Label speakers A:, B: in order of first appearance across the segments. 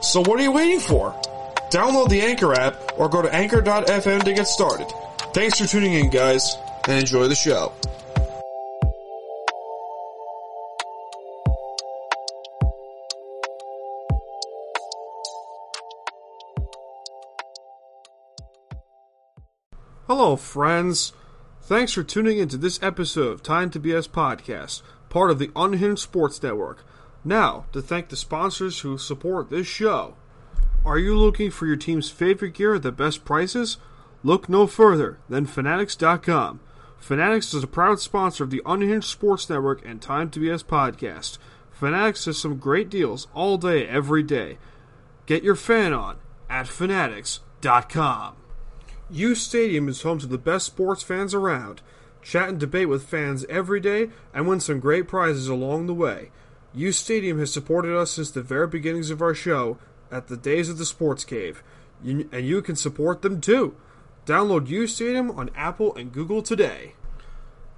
A: So what are you waiting for? Download the Anchor app or go to anchor.fm to get started. Thanks for tuning in, guys, and enjoy the show. Hello, friends. Thanks for tuning in to this episode of Time to BS Podcast, part of the Unhinged Sports Network. Now, to thank the sponsors who support this show. Are you looking for your team's favorite gear at the best prices? Look no further than Fanatics.com. Fanatics is a proud sponsor of the Unhinged Sports Network and Time to BS Podcast. Fanatics has some great deals all day, every day. Get your fan on at Fanatics.com. U Stadium is home to the best sports fans around. Chat and debate with fans every day and win some great prizes along the way. U Stadium has supported us since the very beginnings of our show at the days of the Sports Cave, You- and you can support them too. Download U Stadium on Apple and Google today.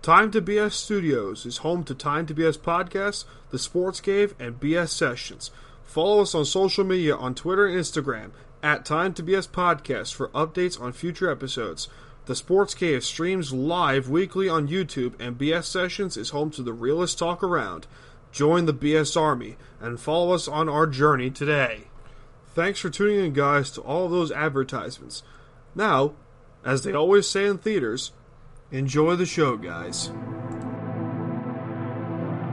A: Time to BS Studios is home to Time to BS Podcasts, The Sports Cave, and BS Sessions. Follow us on social media on Twitter and Instagram at Time to BS Podcast for updates on future episodes. The Sports Cave streams live weekly on YouTube, and BS Sessions is home to the realest talk around. Join the BS Army and follow us on our journey today. Thanks for tuning in, guys, to all of those advertisements. Now, as they always say in theaters, enjoy the show, guys.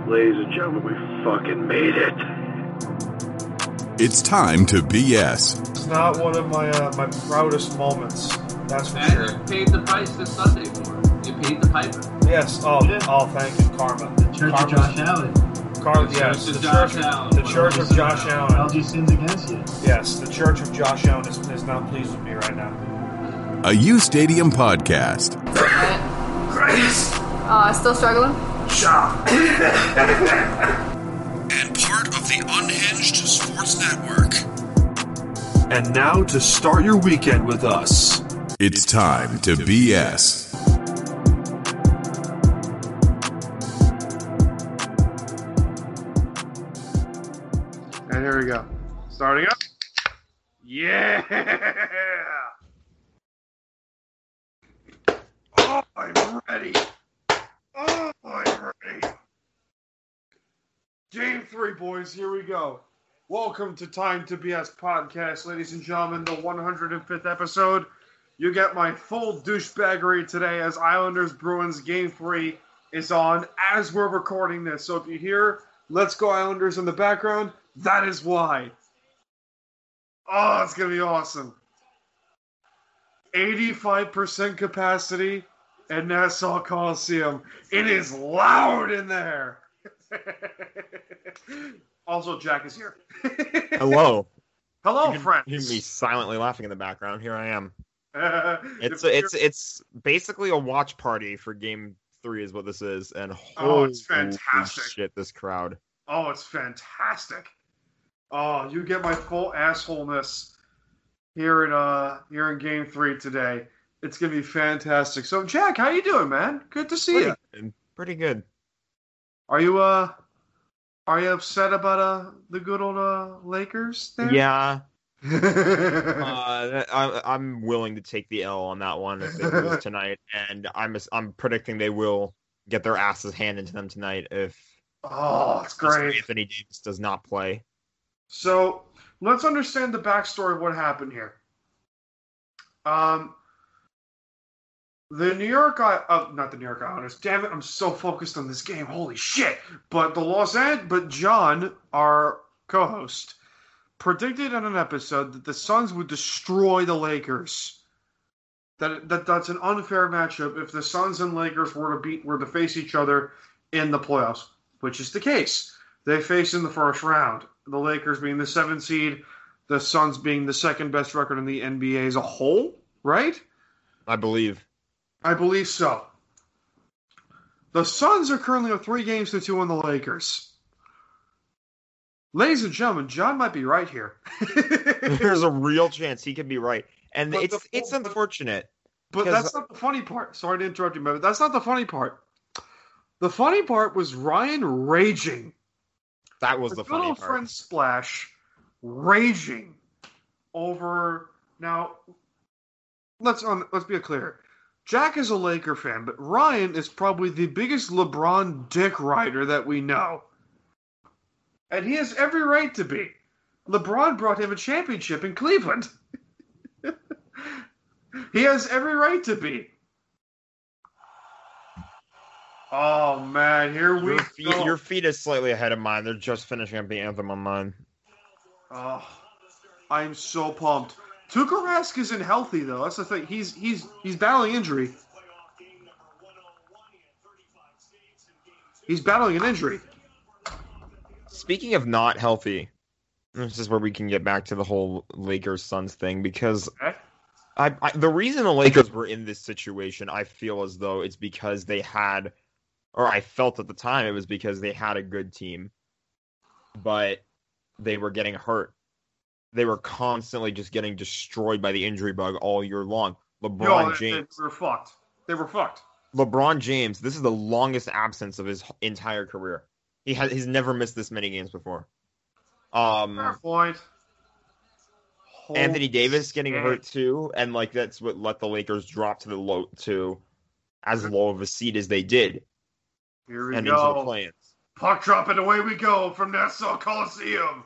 B: Ladies and gentlemen, we fucking made it.
C: It's time to BS.
A: It's not one of my uh, my proudest moments. That's for
D: And
A: sure.
D: you paid the price this Sunday for it. You paid the piper.
A: Yes. Oh, oh, thank you, Karma.
E: Church
A: Karma-
E: of Josh Allen.
A: Karma.
D: The
A: Yes.
D: Church of
A: The Church.
D: Josh Allen.
A: The Church of Josh Allen.
E: Algae sins against you.
A: Yes. The Church of Josh Allen is, is not pleased with me right now.
C: A U Stadium podcast.
F: Uh, still struggling?
A: And part of the Unhinged Sports Network. And now to start your weekend with us.
C: It's time to BS.
A: And here we go. Starting up. Yeah. Oh, I'm ready. Oh, I'm ready. Game three, boys. Here we go. Welcome to Time to BS podcast, ladies and gentlemen. The 105th episode. You get my full douchebaggery today as Islanders Bruins game three is on as we're recording this. So if you hear Let's Go Islanders in the background, that is why. Oh, it's going to be awesome. 85% capacity at Nassau Coliseum. It is loud in there. also, Jack is here.
G: Hello.
A: Hello,
G: Oh, you
A: friends.
G: can hear me silently laughing in the background. Here I am.
A: Uh,
G: It's
A: if
G: it's
A: you're-
G: it's basically a watch party for game three is what this is, and
A: Oh,
G: holy
A: it's fantastic.
G: shit, this crowd.
A: Oh, it's fantastic. Oh, you get my full assholeness here in uh here in game three today. It's gonna be fantastic. So Jack, how you doing, man? Good to see
G: Pretty,
A: you.
G: good. pretty good.
A: Are you uh are you upset about uh the good old uh Lakers there?
G: Yeah, uh, I, I'm willing to take the L on that one if they lose tonight, and I'm I'm predicting they will get their asses handed to them tonight if
A: oh, it's great.
G: Anthony Davis does not play.
A: So let's understand the backstory of what happened here. Um, The New York, I- uh, not the New York Islanders. Damn it, I'm so focused on this game. Holy shit! But the Los Angeles, but John, our co-host, predicted in an episode that the Suns would destroy the Lakers. That, that that's an unfair matchup if the Suns and Lakers were to beat were to face each other in the playoffs, which is the case. They face in the first round. The Lakers being the seventh seed, the Suns being the second best record in the NBA as a whole, right?
G: I believe.
A: I believe so. The Suns are currently up three games to two on the Lakers. Ladies and gentlemen, John might be right here.
G: There's a real chance he could be right, and
A: But
G: it's
A: the-
G: it's unfortunate.
A: but
G: Because-
A: that's not the funny part. Sorry to interrupt you, but that's not the funny part. The funny part was Ryan raging.
G: That was
A: Our
G: the
A: good
G: funny
A: old
G: part.
A: friend Splash raging over now. Let's um, let's be clear. Jack is a Laker fan, but Ryan is probably the biggest LeBron dick rider that we know, and he has every right to be. LeBron brought him a championship in Cleveland. he has every right to be. Oh man, here we
G: Your feet,
A: go.
G: your feet is slightly ahead of mine. They're just finishing up the anthem on mine.
A: Oh, I'm so pumped. Tuukka Rask isn't healthy though. That's the thing. He's he's he's battling injury. He's battling an injury.
G: Speaking of not healthy, this is where we can get back to the whole Lakers Suns thing because
A: Okay.
G: I, I the reason the Lakers were in this situation, I feel as though it's because they had, or I felt at the time it was because they had a good team, but they were getting hurt. They were constantly just getting destroyed by the injury bug all year long. LeBron
A: Yo, they,
G: James.
A: they were fucked. They were fucked.
G: LeBron James, this is the longest absence of his h- entire career. He has he's never missed this many games before.
A: Fair
G: Um,
A: point. Holy
G: Anthony Davis getting
A: shit.
G: hurt too, and like that's what let the Lakers drop to the low to as low of a seed as they did
A: Here we
G: and into the
A: go.
G: play-ins.
A: Puck drop and away we go from Nassau Coliseum.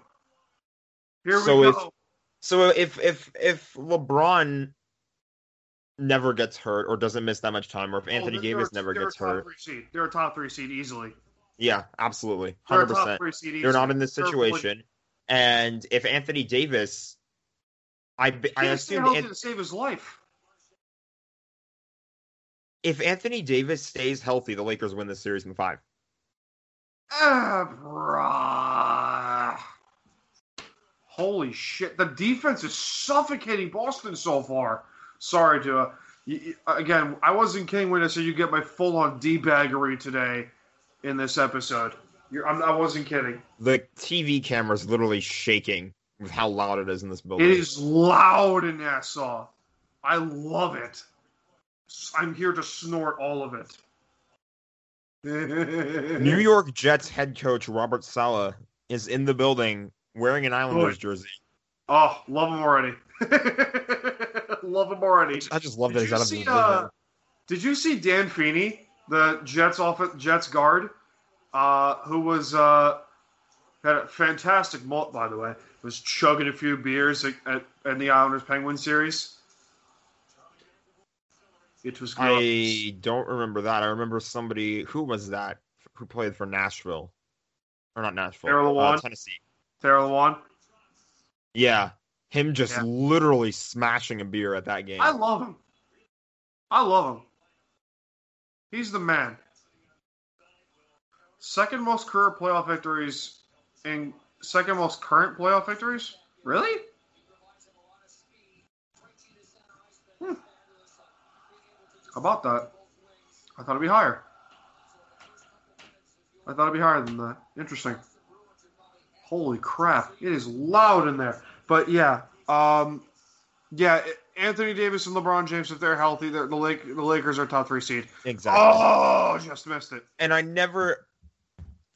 A: Here
G: So
A: we
G: if-
A: go.
G: So if if if LeBron never gets hurt or doesn't miss that much time, or if Anthony
A: Oh, they're-
G: Davis
A: they're-
G: never
A: they're a
G: gets
A: top
G: hurt,
A: Three seed. They're a top three seed easily.
G: yeah, absolutely,
A: They're
G: hundred
A: a top
G: percent.
A: three seed easily.
G: they're not in this
A: They're-
G: situation. And if Anthony Davis, I b- I
A: He didn't stay
G: assume
A: healthy
G: An-
A: to save his life.
G: if Anthony Davis stays healthy, the Lakers win this series in five.
A: Ah, bruh. Holy shit! The defense is suffocating Boston so far. Sorry to uh, y- y- again. I wasn't kidding when I said you get my full-on debaggery today in this episode. You're, I'm, I wasn't kidding.
G: The TV camera is literally shaking with how loud it is in this building.
A: It is loud in Nassau. I love it. S- I'm here to snort all of it.
G: New York Jets head coach Robert Sala is in the building wearing an Islanders jersey.
A: Oh, love him already. love him already.
G: I just love that
A: Did
G: he's
A: you
G: out of
A: see,
G: the
A: uh, Did you see Dan Feeney, the Jets off Jets guard, uh, who was uh, had a fantastic malt by the way. Was chugging a few beers at, at, in the Islanders Penguin series. It was glorious.
G: I don't remember that. I remember somebody who was that who played for Nashville, or not Nashville,
A: Darryl
G: uh,
A: Lawan?
G: Tennessee.
A: Tara Lawan.
G: Yeah, him just
A: Yeah.
G: literally smashing a beer at that game.
A: I love him. I love him. He's the man. Second most career playoff victories and second most current playoff victories? Really? Hmm. How about that? I thought it'd be higher. I thought it'd be higher than that. Interesting. Holy crap. It is loud in there. But yeah, um, yeah, Anthony Davis and LeBron James, if they're healthy, they're, the Lake, the Lakers are top three seed.
G: exactly.
A: Oh, just missed it.
G: and I never,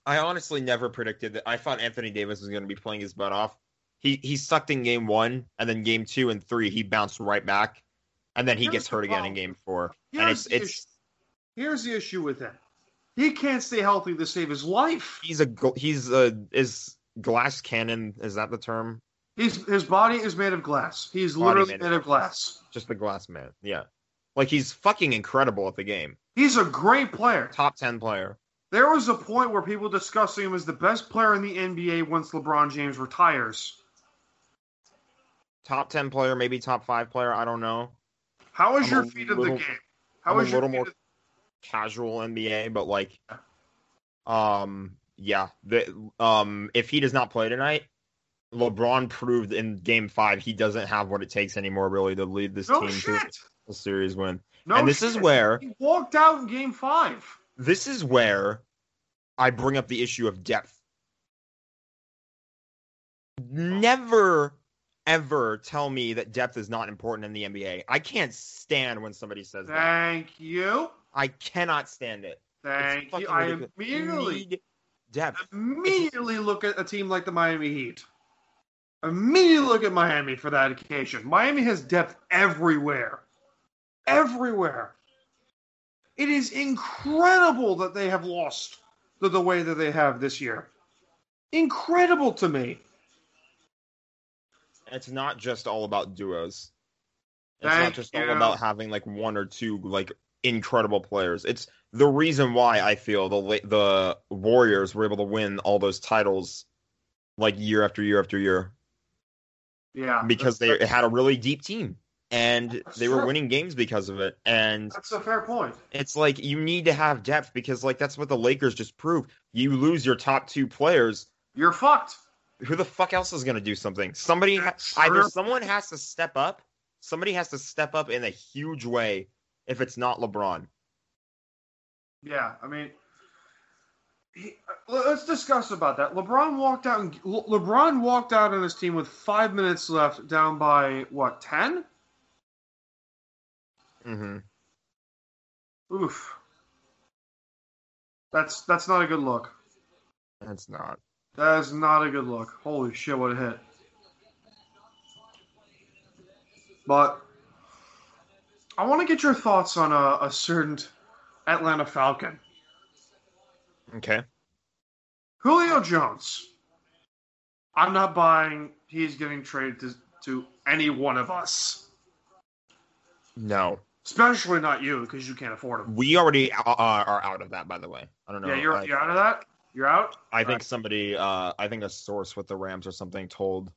G: I honestly never predicted that. I thought Anthony Davis was going to be playing his butt off. He he sucked in game one, and then game two and three, he bounced right back, and then he
A: Here's
G: gets
A: the
G: hurt again in
A: problem.
G: game four. and
A: Here's
G: it's
A: the,
G: it's
A: issue. Here's the issue with him. He can't stay healthy to save his life.
G: he's a gl- he's a is glass cannon is that the term?
A: He's, his body is made of glass. He's
G: Body
A: literally
G: made
A: made of glass.
G: Just the glass man, yeah. Like he's fucking incredible at the game.
E: He's a great player.
G: Top ten player.
E: There was a point where people discussing him as the best player in the NBA once LeBron James retires.
G: Top ten player, maybe top five player. I don't know.
E: How is
G: I'm
E: your
G: a
E: feed of the
G: little-
E: game? How
G: I'm a
E: is your
G: little
E: feed
G: more
E: of-
G: casual NBA, but like, um, yeah, the um, if he does not play tonight, LeBron proved in Game Five he doesn't have what it takes anymore, really, to lead this
E: no
G: team to
E: shit.
G: a series win.
E: No
G: and this is
E: shit.
G: where
E: he walked out in Game Five.
G: this is where I bring up the issue of depth. Never ever tell me that depth is not important in the NBA. I can't stand when somebody says that.
E: Thank you.
G: I cannot stand it.
E: Thank
G: fucking
E: you. I
G: ridiculous. You
E: immediately
G: need depth.
E: immediately look at a team like the Miami Heat. Immediately look at Miami for that occasion. Miami has depth everywhere. Everywhere. It is incredible that they have lost the, the way that they have this year. Incredible to me.
G: It's not just all about duos. It's
E: Thank
G: not just
E: you.
G: all about having like one or two like incredible players. It's the reason why I feel the la- the Warriors were able to win all those titles like year after year after year
E: Yeah.
G: because they had a really deep team and
E: That's
G: they were
E: true.
G: winning games because of it. And
E: That's a fair point.
G: it's like you need to have depth because like that's what the Lakers just proved. You lose your top two players,
E: You're fucked.
G: who the fuck else is going to do something? Somebody, ha-
E: That's
G: either
E: true.
G: someone has to step up, somebody has to step up in a huge way if it's not LeBron.
E: Yeah, I mean, he, uh, let's discuss about that. LeBron walked out. And, Le- LeBron walked out on his team with five minutes left, down by what ten? Mm-hmm.
G: hmm
E: Oof. That's that's not a good look.
G: That's not.
E: That is not a good look. Holy shit, what a hit! But I want to get your thoughts on a, a certain Atlanta Falcon,
G: Okay.
E: Julio Jones. I'm not buying. He's getting traded to, to any one of us,
G: No.
E: especially not you because you can't afford him.
G: We already uh, are out of that, by the way. I don't know.
E: yeah, you're,
G: I,
E: you're out of that. You're out.
G: I think somebody, uh, I think a source with the Rams or something told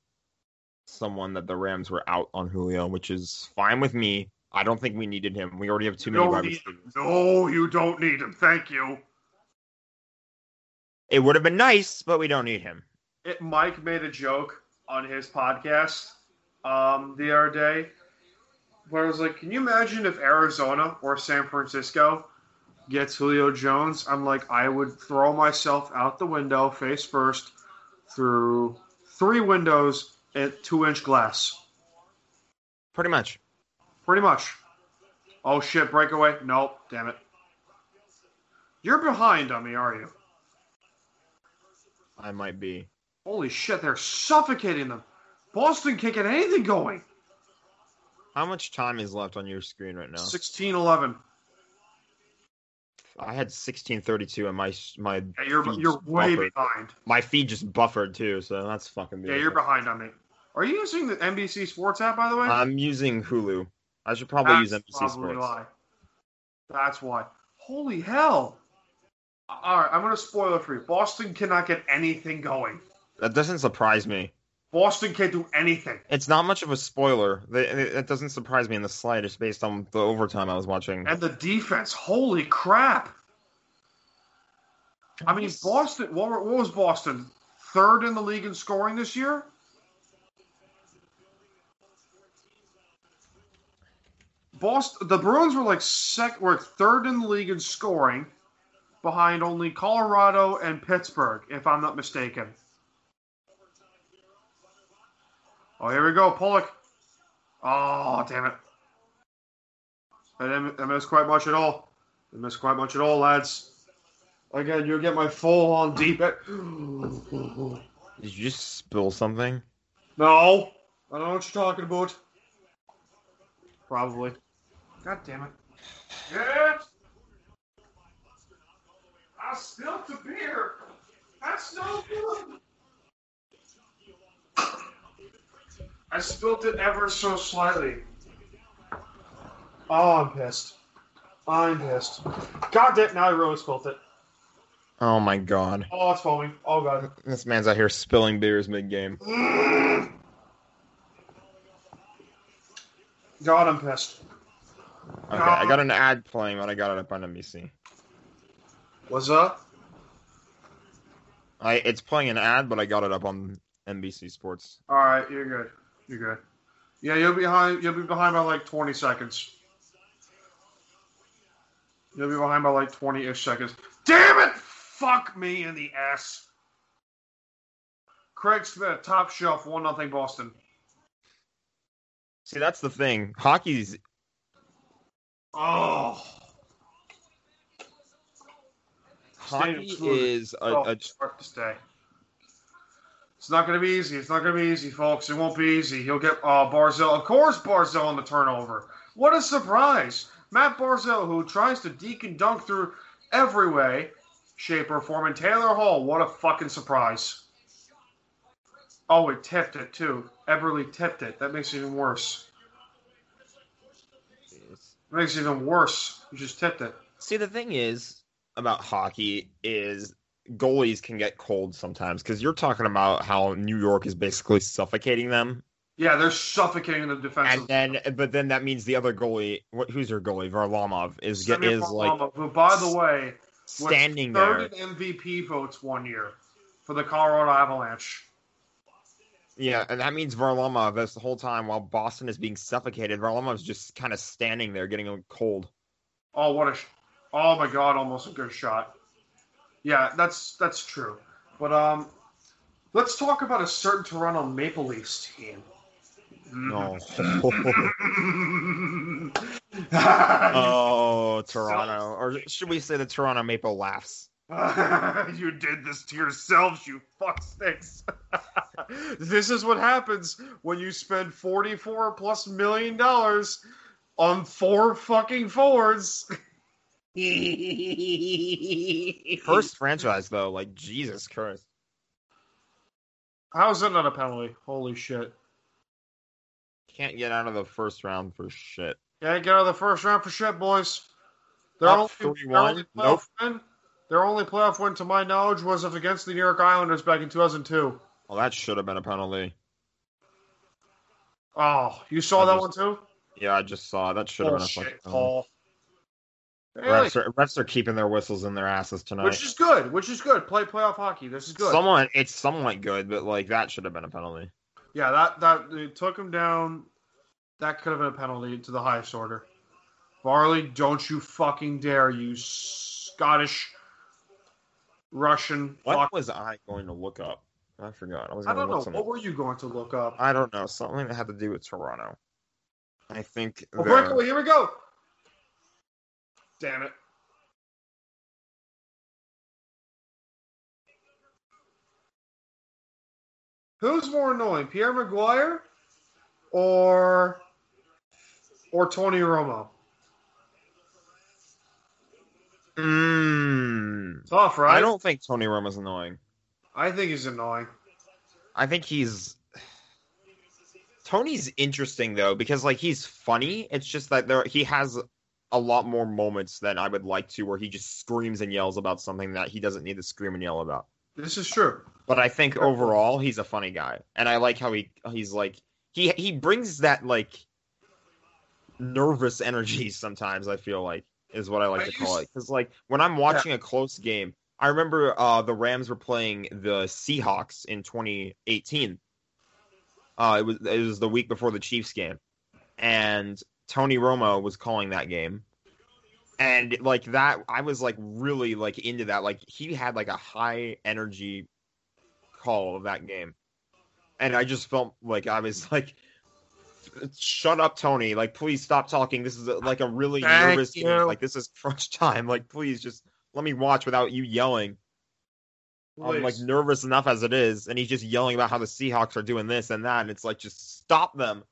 G: someone that the Rams were out on Julio, which is fine with me. I don't think we needed him. We already have too
E: You
G: many
E: don't
G: wide
E: need
G: receivers.
E: him. No, you don't need him. Thank you.
G: It would have been nice, but we don't need him.
E: it, Mike made a joke on his podcast um, the other day where I was like, "Can you imagine if Arizona or San Francisco gets Julio Jones?" I'm like, I would throw myself out the window face first through three windows at two inch glass,
G: Pretty much.
E: pretty much. Oh shit! Breakaway? Nope. Damn it. You're behind on me, are you?
G: I might be.
E: Holy shit! They're suffocating them. Boston can't get anything going.
G: How much time is left on your screen right now?
E: Sixteen eleven.
G: I had sixteen thirty-two, and my my
E: Yeah, you're
G: feed
E: you're
G: just
E: way
G: buffered.
E: behind.
G: my feed just buffered too, so that's fucking.
E: Yeah, you're
G: beautiful.
E: behind on me. Are you using the NBC Sports app by the way?
G: I'm using Hulu. I should probably use NBC Sports.
E: why. That's why. Holy hell! All right, I'm gonna spoil it for you. Boston cannot get anything going.
G: That doesn't surprise me.
E: Boston can't do anything.
G: It's not much of a spoiler. That that doesn't surprise me in the slightest, based on the overtime I was watching.
E: And the defense, holy crap! I mean,
G: Yes.
E: Boston. What, were- what was Boston? Third in the league in scoring this year. Boston. The Bruins were like sec, were third in the league in scoring, behind only Colorado and Pittsburgh, if I'm not mistaken. Oh, here we go, Pollock. Oh, damn it! I didn't I missed quite much at all. I missed quite much at all, lads. Again, you'll get my full on deep. At... No,
G: Did you just spill something?
E: I don't know what you're talking about. Probably. God damn it. Yes. I spilled the beer. That's no good. I spilled it ever so slightly. Oh, I'm pissed. I'm pissed. God damn! Now I really spilt it.
G: Oh my god.
E: Oh, it's foaming. Oh god.
G: This man's out here spilling beers mid game.
E: God, I'm pissed.
G: Okay, I got an ad playing when I got it up on NBC.
E: What's up?
G: I it's playing an ad, but I got it up on NBC Sports.
E: All right, you're good. You're good. Yeah, you'll be behind. You'll be behind by like 20 seconds. You'll be behind by like 20-ish seconds. Damn it! Fuck me in the ass. Craig Smith, top shelf, one nothing Boston.
G: See, that's the thing. Hockey's
E: Oh,
G: hockey
E: excluded.
G: is a,
E: oh
G: a
E: start this day. It's not going to be easy. It's not going to be easy, folks. It won't be easy. He'll get uh, Barzell. Of course, Barzell on the turnover. What a surprise! Matt Barzell, who tries to deke and dunk through every way, shape, or form, and Taylor Hall. What a fucking surprise! Oh, it tipped it too. Eberly tipped it. That makes it even worse. It makes it even worse. You just tipped it.
G: See, the thing is about hockey is goalies can get cold sometimes because you're talking about how New York is basically suffocating them,
E: Yeah, they're suffocating the defense.
G: and then but then that means the other golemie, what, who's your goalie, Varlamov, is get
E: Semyon
G: is like
E: Varlamov, who, by the way, was
G: standing there.
E: third in MVP votes one year for the Colorado Avalanche.
G: Yeah, and that means Varlamov that's the whole time while Boston is being suffocated. Varlamov's just kind of standing there, getting a cold.
E: Oh, what a! Sh- oh my God, almost a good shot. Yeah, that's that's true. But um, let's talk about a certain Toronto Maple Leafs team.
G: No.
E: Mm-hmm. you,
G: oh, Toronto, or should we say the Toronto Maple laughs?
E: you did this to yourselves, you fuck sticks. this is what happens when you spend forty-four plus million dollars on four fucking forwards.
G: First franchise though, like Jesus Christ.
E: How's that not a penalty? Holy shit.
G: can't get out of the first round for shit.
E: Can't get out of the first round for shit, boys. Their
G: Up
E: only,
G: 3-1?
E: their only playoff
G: Nope.
E: win, their only playoff win, to my knowledge, was of against the New York Islanders back in 2002.
G: Well, that should have been a penalty.
E: Oh, you saw
G: I
E: that
G: just-
E: one too? Oh,
G: Yeah, I just saw it. that. Should have been a fucking
E: Bullshit,
G: penalty.
E: Paul. Really?
G: Refs are, refs are keeping their whistles in their asses tonight.
E: Which is good. Which is good. Play playoff hockey. This is good.
G: Somewhat, it's somewhat good, but like that should have been a penalty.
E: Yeah, that that they took him down. That could have been a penalty to the highest order. Varley, don't you fucking dare, you Scottish Russian
G: What
E: fuck.
G: was I going to look up? I forgot. I was
E: I
G: going to
E: don't
G: look
E: know.
G: something.
E: What were you going to look up?
G: I don't know. Something that had to do with Toronto. I think.
E: Oh,
G: they're-
E: breakaway, here we go. Damn it. Who's more annoying, Pierre Maguire or or Tony Romo?
G: Mm,
E: Tough, right?
G: I don't think Tony Romo's annoying.
E: I think he's annoying.
G: I think he's Tony's interesting though because like he's funny. It's just that there he has a lot more moments than I would like to where he just screams and yells about something that he doesn't need to scream and yell about.
E: This is true.
G: But I think overall he's a funny guy and I like how he he's like he he brings that like nervous energy sometimes I feel like is what I like
E: I
G: to call
E: used-
G: it cuz like when I'm watching a close game I remember uh the Rams were playing the Seahawks in 2018 uh, it was it was the week before the Chiefs game, and Tony Romo was calling that game, and like that, I was like really like into that. Like he had like a high energy call of that game, and I just felt like I was like, "Shut up, Tony! Like please stop talking. This is like a really
E: Thank
G: nervous game.
E: you.
G: Like this is crunch time. Like please just let me watch without you yelling." I'm like
E: Please.
G: nervous enough as it is, and he's just yelling about how the Seahawks are doing this and that, and it's like just stop them.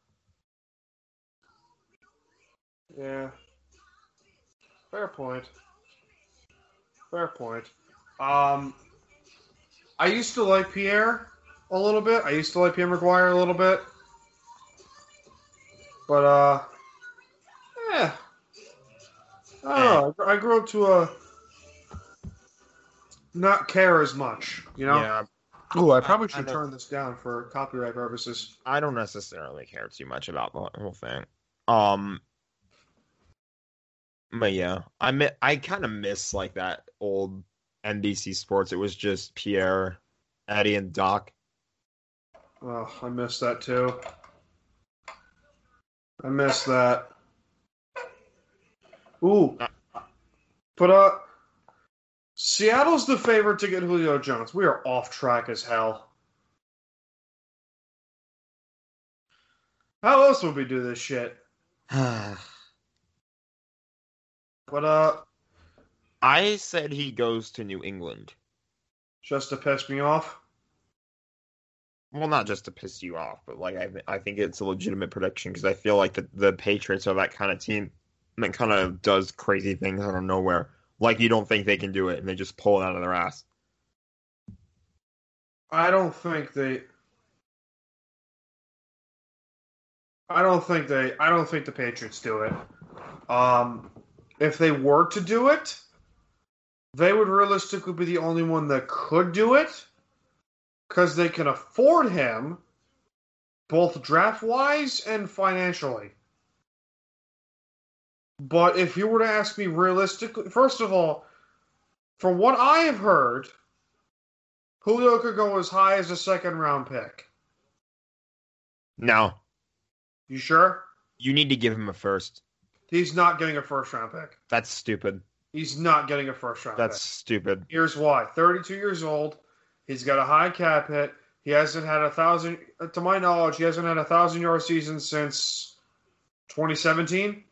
E: Yeah. Fair point. Fair point. Um, I used to like Pierre a little bit. I used to like Pierre McGuire a little bit. But, uh, yeah, I don't
G: Eh.
E: know. I grew up to uh, not care as much, you know.
G: Yeah,
E: Ooh, I probably
G: I- I
E: should
G: know.
E: turn this down for copyright purposes.
G: I don't necessarily care too much about the whole thing. Um, but yeah, I mi- I kind of miss like that old NBC Sports. It was just Pierre, Eddie, and Doc.
E: Oh, I miss that too. I miss that. Ooh, but uh, Seattle's the favorite to get Julio Jones. We are off track as hell. How else would we do this shit? But uh,
G: I said he goes to New England.
E: just to piss me off.
G: Well, not just to piss you off, but like I, th- I think it's a legitimate prediction because I feel like the, the Patriots are that kind of team that kind of does crazy things out of nowhere. Like you don't think they can do it, and they just pull it out of their ass.
E: I don't think they. I don't think they. I don't think the Patriots do it. Um, if they were to do it, they would realistically be the only one that could do it because they can afford him, both draft wise and financially. But if you were to ask me realistically, first of all, from what I have heard, Julio could go as high as a second round pick.
G: Now
E: You sure?
G: you need to give him a first.
E: He's not getting a first round pick.
G: That's stupid.
E: He's not getting a first round
G: That's stupid.
E: pick. Here's why 32 years old. He's got a high cap hit. He hasn't had a thousand, uh, to my knowledge, he hasn't had a thousand yard season since 2017.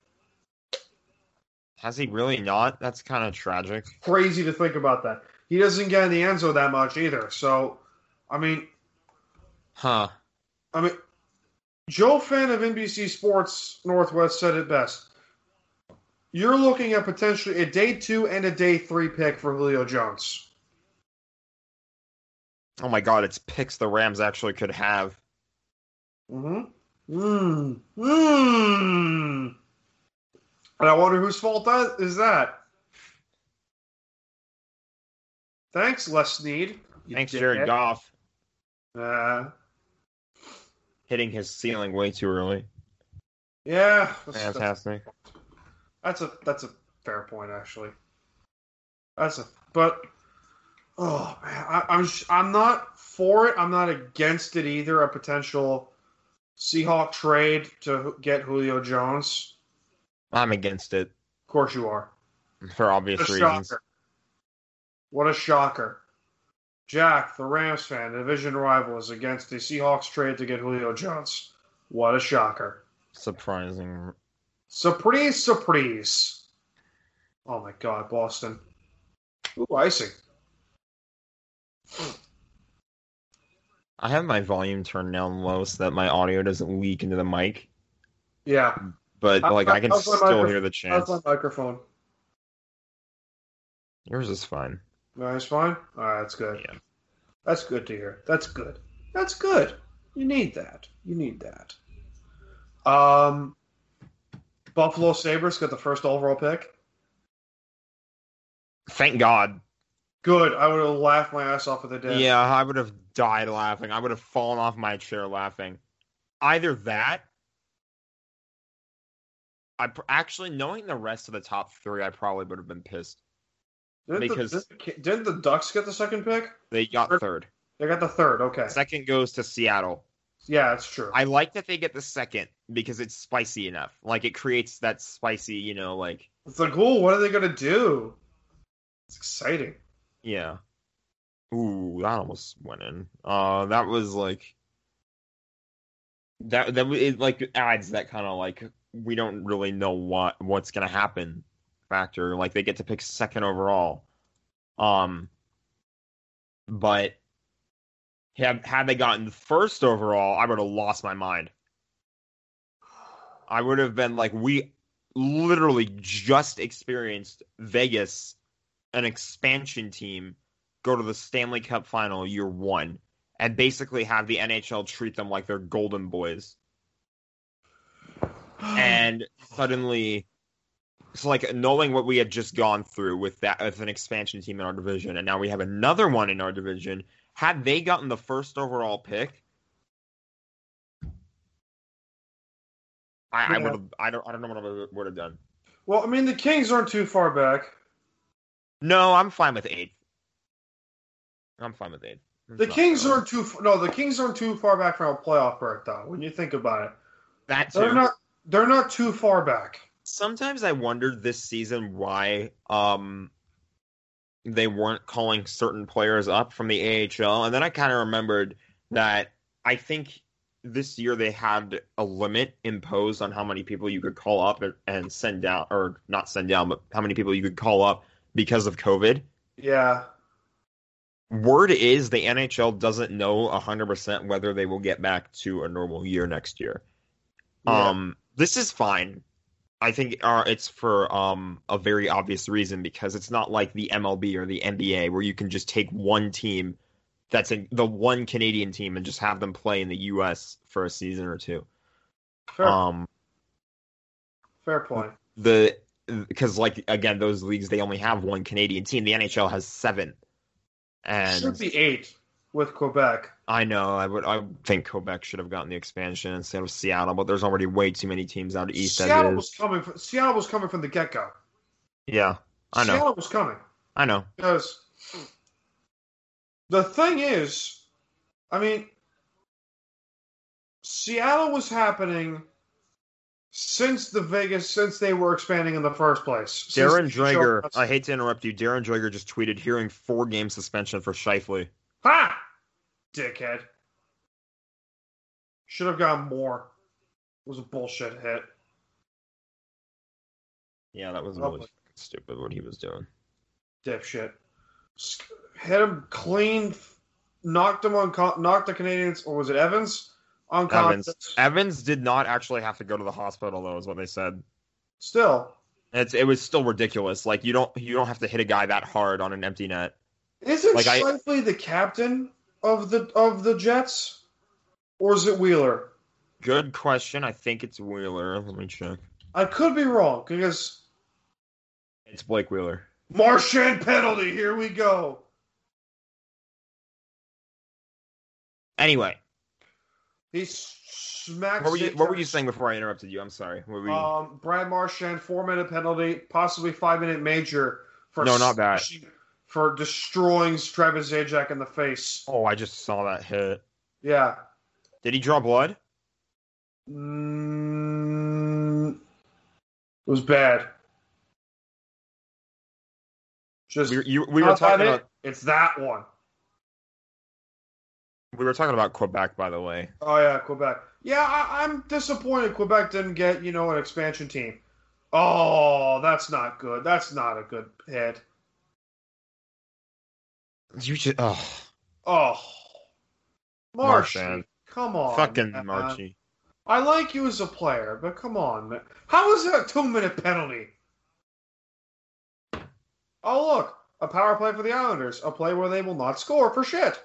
G: Has he really not? That's kind of tragic.
E: Crazy to think about that. He doesn't get in the end zone that much either. So, I mean,
G: Huh.
E: I mean, Joe Fan of NBC Sports Northwest said it best. You're looking at potentially a day two and a day three pick for Julio Jones.
G: Oh my god, it's picks the Rams actually could have.
E: Mm-hmm. Mm. Mm. And I wonder whose fault that is that. Thanks, Les Snead. you
G: Thanks,
E: dickhead.
G: Jared Goff,
E: Uh,
G: hitting his ceiling way too early.
E: yeah, that's- that's
G: Fantastic.
E: That's a that's a fair point actually. That's a but oh man, I, I'm sh- I'm not for it. I'm not against it either. A potential Seahawk trade to h- get Julio Jones.
G: I'm against it
E: Of course you are.
G: for
E: What
G: obvious
E: a
G: reasons.
E: shocker! What a shocker! Jack, the Rams fan, division rival, is against the Seahawks trade to get Julio Jones. What a shocker!
G: Surprising.
E: Surprise, surprise. Oh my god, Boston. Ooh, icing.
G: I have my volume turned down low so that my audio doesn't leak into the mic,
E: Yeah,
G: but
E: I-
G: like
E: I-
G: I can
E: I was on
G: still
E: micro-
G: hear the
E: that's
G: chance.
E: my microphone.
G: Yours is fine.
E: That's fine. All right, that's good.
G: Yeah.
E: That's good to hear. That's good. That's good. You need that. You need that. Um, Buffalo Sabres got the first overall pick.
G: Thank God.
E: Good. I would have laughed my ass off if they
G: Yeah,
E: did.
G: I would have died laughing. I would have fallen off my chair laughing. Either that, I pr- actually knowing the rest of the top three, I probably would have been pissed.
E: Didn't
G: because-
E: the, didn't, didn't the Ducks get the second pick?
G: They got
E: Third.
G: third.
E: They got the third. Okay.
G: Second goes to Seattle.
E: Yeah, that's true.
G: I like that they get the second because it's spicy enough. Like it creates that spicy, you know, like
E: It's like, cool. What are they gonna do? It's exciting.
G: Yeah. Ooh, that almost went in. Uh, that was like that that w- it like adds that kind of like we don't really know what what's gonna happen factor. Like they get to pick second overall. Um, but had had they gotten first overall, I would have lost my mind. I would have been like, we literally just experienced Vegas an expansion team go to the Stanley Cup final year one and basically have the NHL treat them like they're golden boys. And suddenly so like knowing what we had just gone through with that with an expansion team in our division and now we have another one in our division had they gotten the first overall pick i,
E: Yeah.
G: I would have i don't i don't know what i would have done
E: Well, I mean, the Kings aren't too far back.
G: no i'm fine with eighth i'm fine with eighth It's
E: The
G: not-
E: Kings
G: uh,
E: aren't too f- no. The Kings aren't too far back from a playoff berth, though. When you think about it,
G: that
E: they're
G: too.
E: not. They're not too far back.
G: sometimes I wondered this season why um they weren't calling certain players up from the AHL, and then I kind of remembered that I think this year they had a limit imposed on how many people you could call up and- and send down, or not send down, but how many people you could call up because of COVID.
E: Yeah,
G: Word is the NHL doesn't know 100% whether they will get back to a normal year next year.
E: Yeah.
G: Um, this is fine. I think uh, it's for um a very obvious reason because it's not like the MLB or the NBA where you can just take one team that's in the one Canadian team and just have them play in the U.S. for a season or two.
E: fair,
G: Um,
E: fair point.
G: the because like again those leagues they only have one Canadian team. The NHL has seven, and
E: Should be eight with Quebec.
G: I know. I would. I think Quebec should have gotten the expansion instead of Seattle, but there's already way too many teams out east. as it
E: Seattle
G: is.
E: was coming. From, Seattle was coming from the get go.
G: Yeah, I know.
E: Seattle was coming
G: I know.
E: because the thing is, I mean, Seattle was happening since the Vegas, since they were expanding in the first place. Since
G: Darren
E: the
G: Drager.
E: NHL-
G: I hate to interrupt you. Darren Drager just tweeted hearing four game suspension for Shifley.
E: Ha! Dickhead. Should have gotten more. It was a bullshit hit.
G: Yeah, that was
E: Oh,
G: really
E: boy.
G: stupid what he was doing.
E: Dipshit. Sk- Hit him clean. Knocked him on. Knocked the Canadians, or was it Evans? On
G: Evans.
E: contest.
G: Evans did not actually have to go to the hospital though, is what they said.
E: Still,
G: It's it was still ridiculous. Like you don't you don't have to hit a guy that hard on an empty net.
E: isn't
G: Like, I-
E: Shifley the captain of the of the Jets, or is it Wheeler?
G: Good question. I think it's Wheeler. Let me check.
E: I could be wrong because
G: It's Blake Wheeler.
E: Martian penalty. Here we go.
G: Anyway,
E: He smacks.
G: what were you
E: it
G: what were you
E: down.
G: saying before I interrupted you? I'm sorry. What were you-
E: Um, Brad Marchand, four minute penalty, possibly five minute major for
G: No, not that.
E: for destroying Travis Zajac in the face.
G: oh, I just saw that hit.
E: Yeah.
G: Did he draw blood?
E: Mm, it was bad. Just
G: We, were- you, we were
E: not that
G: talking
E: it.
G: about
E: it's that one.
G: we were talking about Quebec, by the way.
E: Oh yeah, Quebec. Yeah, I, I'm disappointed Quebec didn't get you know an expansion team. Oh, that's not good. That's not a good hit.
G: You just oh,
E: Oh, Marsh,
G: Marchand.
E: come on,
G: fucking
E: man.
G: Marchie.
E: I like you as a player, but come on, man. How is that a two-minute penalty? Oh look, a power play for the Islanders, a play where they will not score for shit.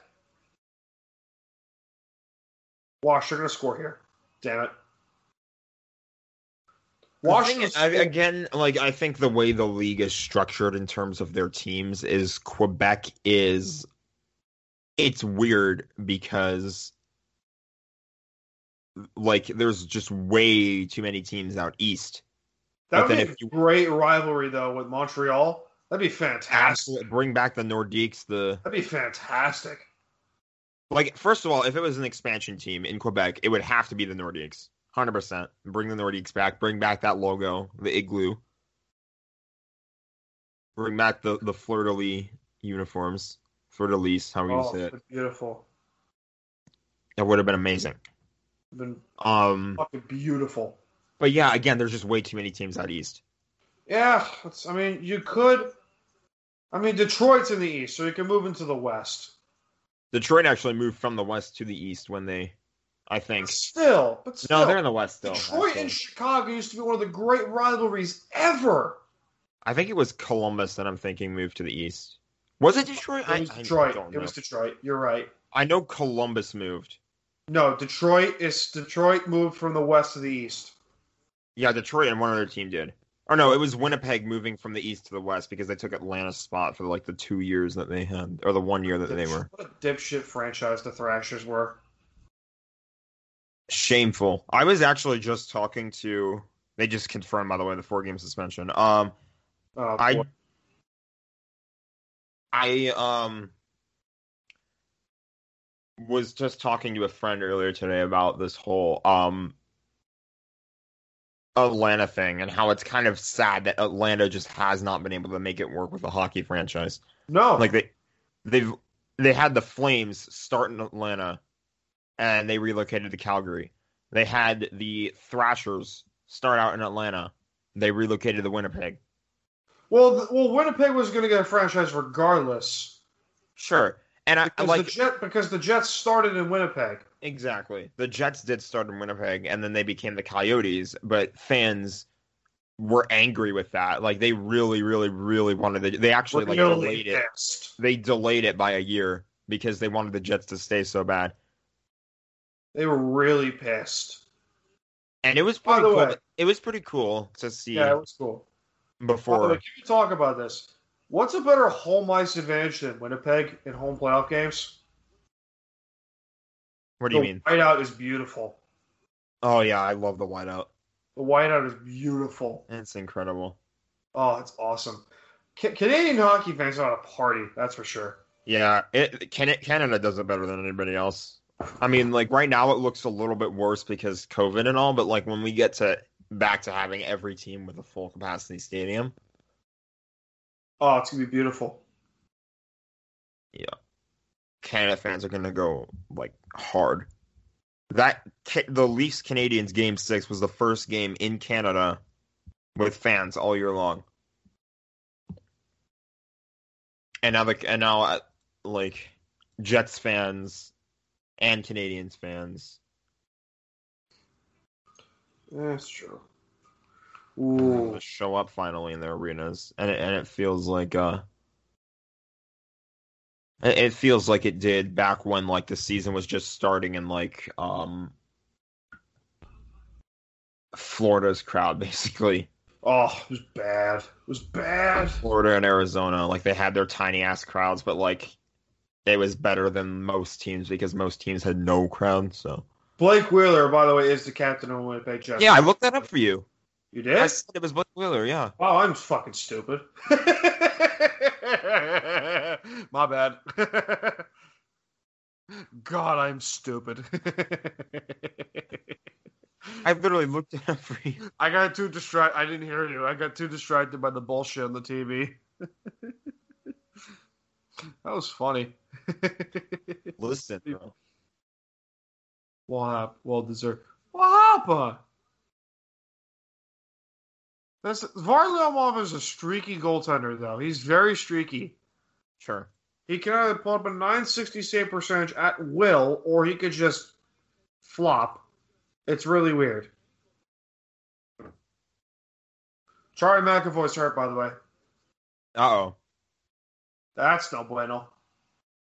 E: Wash, they're gonna score here. Damn it. Wash
G: Watching it I- again, like I think the way the league is structured in terms of their teams is Quebec is it's weird because like there's just way too many teams out east.
E: That
G: But
E: would
G: then
E: be a
G: if you-
E: great rivalry though with Montreal. That'd be fantastic.
G: Absolutely, bring back the Nordiques, the
E: That'd be fantastic.
G: like first of all, if it was an expansion team in Quebec, it would have to be the Nordiques. 100%. Bring the Nordiques back, bring back that logo, the igloo. Bring back the the fleur-de-lis uniforms, fleur-de-lis, how you
E: Oh,
G: say it.
E: beautiful.
G: That would have been amazing.
E: Been
G: Um
E: fucking beautiful.
G: but yeah, again, there's just way too many teams out east.
E: Yeah, it's, I mean, you could. I mean, Detroit's in the East, so you can move into the West.
G: Detroit actually moved from the west to the east when they I think.
E: Still, but still,
G: No, they're in the west still.
E: Detroit
G: actually.
E: and Chicago used to be one of the great rivalries ever.
G: I think it was Columbus that I'm thinking moved to the east. Was it Detroit?
E: It was
G: I- I
E: Detroit.
G: don't
E: It
G: know.
E: was Detroit. You're right.
G: I know Columbus moved.
E: No, Detroit is Detroit moved from the West to the East.
G: Yeah, Detroit and one other team did. Or no, it was Winnipeg moving from the east to the west because they took Atlanta's spot for like the two years that they had, or the one year that they were.
E: What a dipshit franchise the Thrashers were.
G: Shameful. I was actually just talking to. They just confirmed, by the way, the four game suspension. Um,
E: Oh,
G: I-
E: boy.
G: I um was just talking to a friend earlier today about this whole um Atlanta thing and how it's kind of sad that Atlanta just has not been able to make it work with the hockey franchise.
E: no,
G: Like they they've they had the Flames start in Atlanta and they relocated to Calgary. They had the Thrashers start out in Atlanta. They relocated to Winnipeg.
E: well, th- well, Winnipeg was going to get a franchise regardless
G: Sure. And I I
E: because
G: like
E: the Jet because the Jets started in Winnipeg.
G: Exactly. The Jets did start in Winnipeg and then they became the Coyotes, but fans were angry with that. Like they really, really, really wanted the, they actually like
E: Really
G: delayed it.
E: pissed.
G: They delayed it by a year because they wanted the Jets to stay so bad.
E: They were really pissed.
G: And it was
E: By
G: pretty
E: the
G: cool.
E: way-
G: It was pretty cool to see
E: Yeah, it was cool. By the way,
G: before.
E: can you talk about this? What's a better home ice advantage than Winnipeg in home playoff games?
G: What do you
E: the
G: mean?
E: Whiteout is beautiful.
G: Oh yeah, I love the whiteout.
E: The whiteout is beautiful.
G: It's incredible.
E: Oh, it's awesome. Ca- Canadian hockey fans know how to party. That's for sure.
G: Yeah, it, Can Canada does it better than anybody else. I mean, like right now it looks a little bit worse because COVID and all, but like when we get to back to having every team with a full capacity stadium,
E: Oh, it's gonna be beautiful.
G: Canada fans are gonna go like hard. That Ca- the Leafs Canadians game six was the first game in Canada with fans all year long, and now the and now uh, like Jets fans and Canadians fans
E: That's true.
G: to
E: Ooh,
G: show up finally in their arenas, and it, and it feels like uh, it it feels like it did back when like the season was just starting and like um, Florida's crowd basically,
E: oh, it was bad. It was bad.
G: Florida and Arizona, like they had their tiny ass crowds, but like it was better than most teams because most teams had no crowd. So
E: Blake Wheeler, by the way, is the captain of Winnipeg Jets.
G: yeah, I looked that up for you.
E: you
G: I
E: did.
G: said it was Blake Wheeler. Yeah,
E: Oh, I'm fucking stupid. My bad. God, I'm stupid.
G: I literally looked it up for you.
E: I got too distracted. I didn't hear you. I got too distracted by the bullshit on the TV. that was funny.
G: Listen, bro.
E: What hap- well deserved. What happened? That's Varlamov is a streaky goaltender, though. He's very streaky.
G: sure.
E: He can either pull up a 960 save percentage at will, or he could just flop. It's really weird. Charlie McAvoy's hurt, by the way.
G: Uh oh.
E: That's no bueno.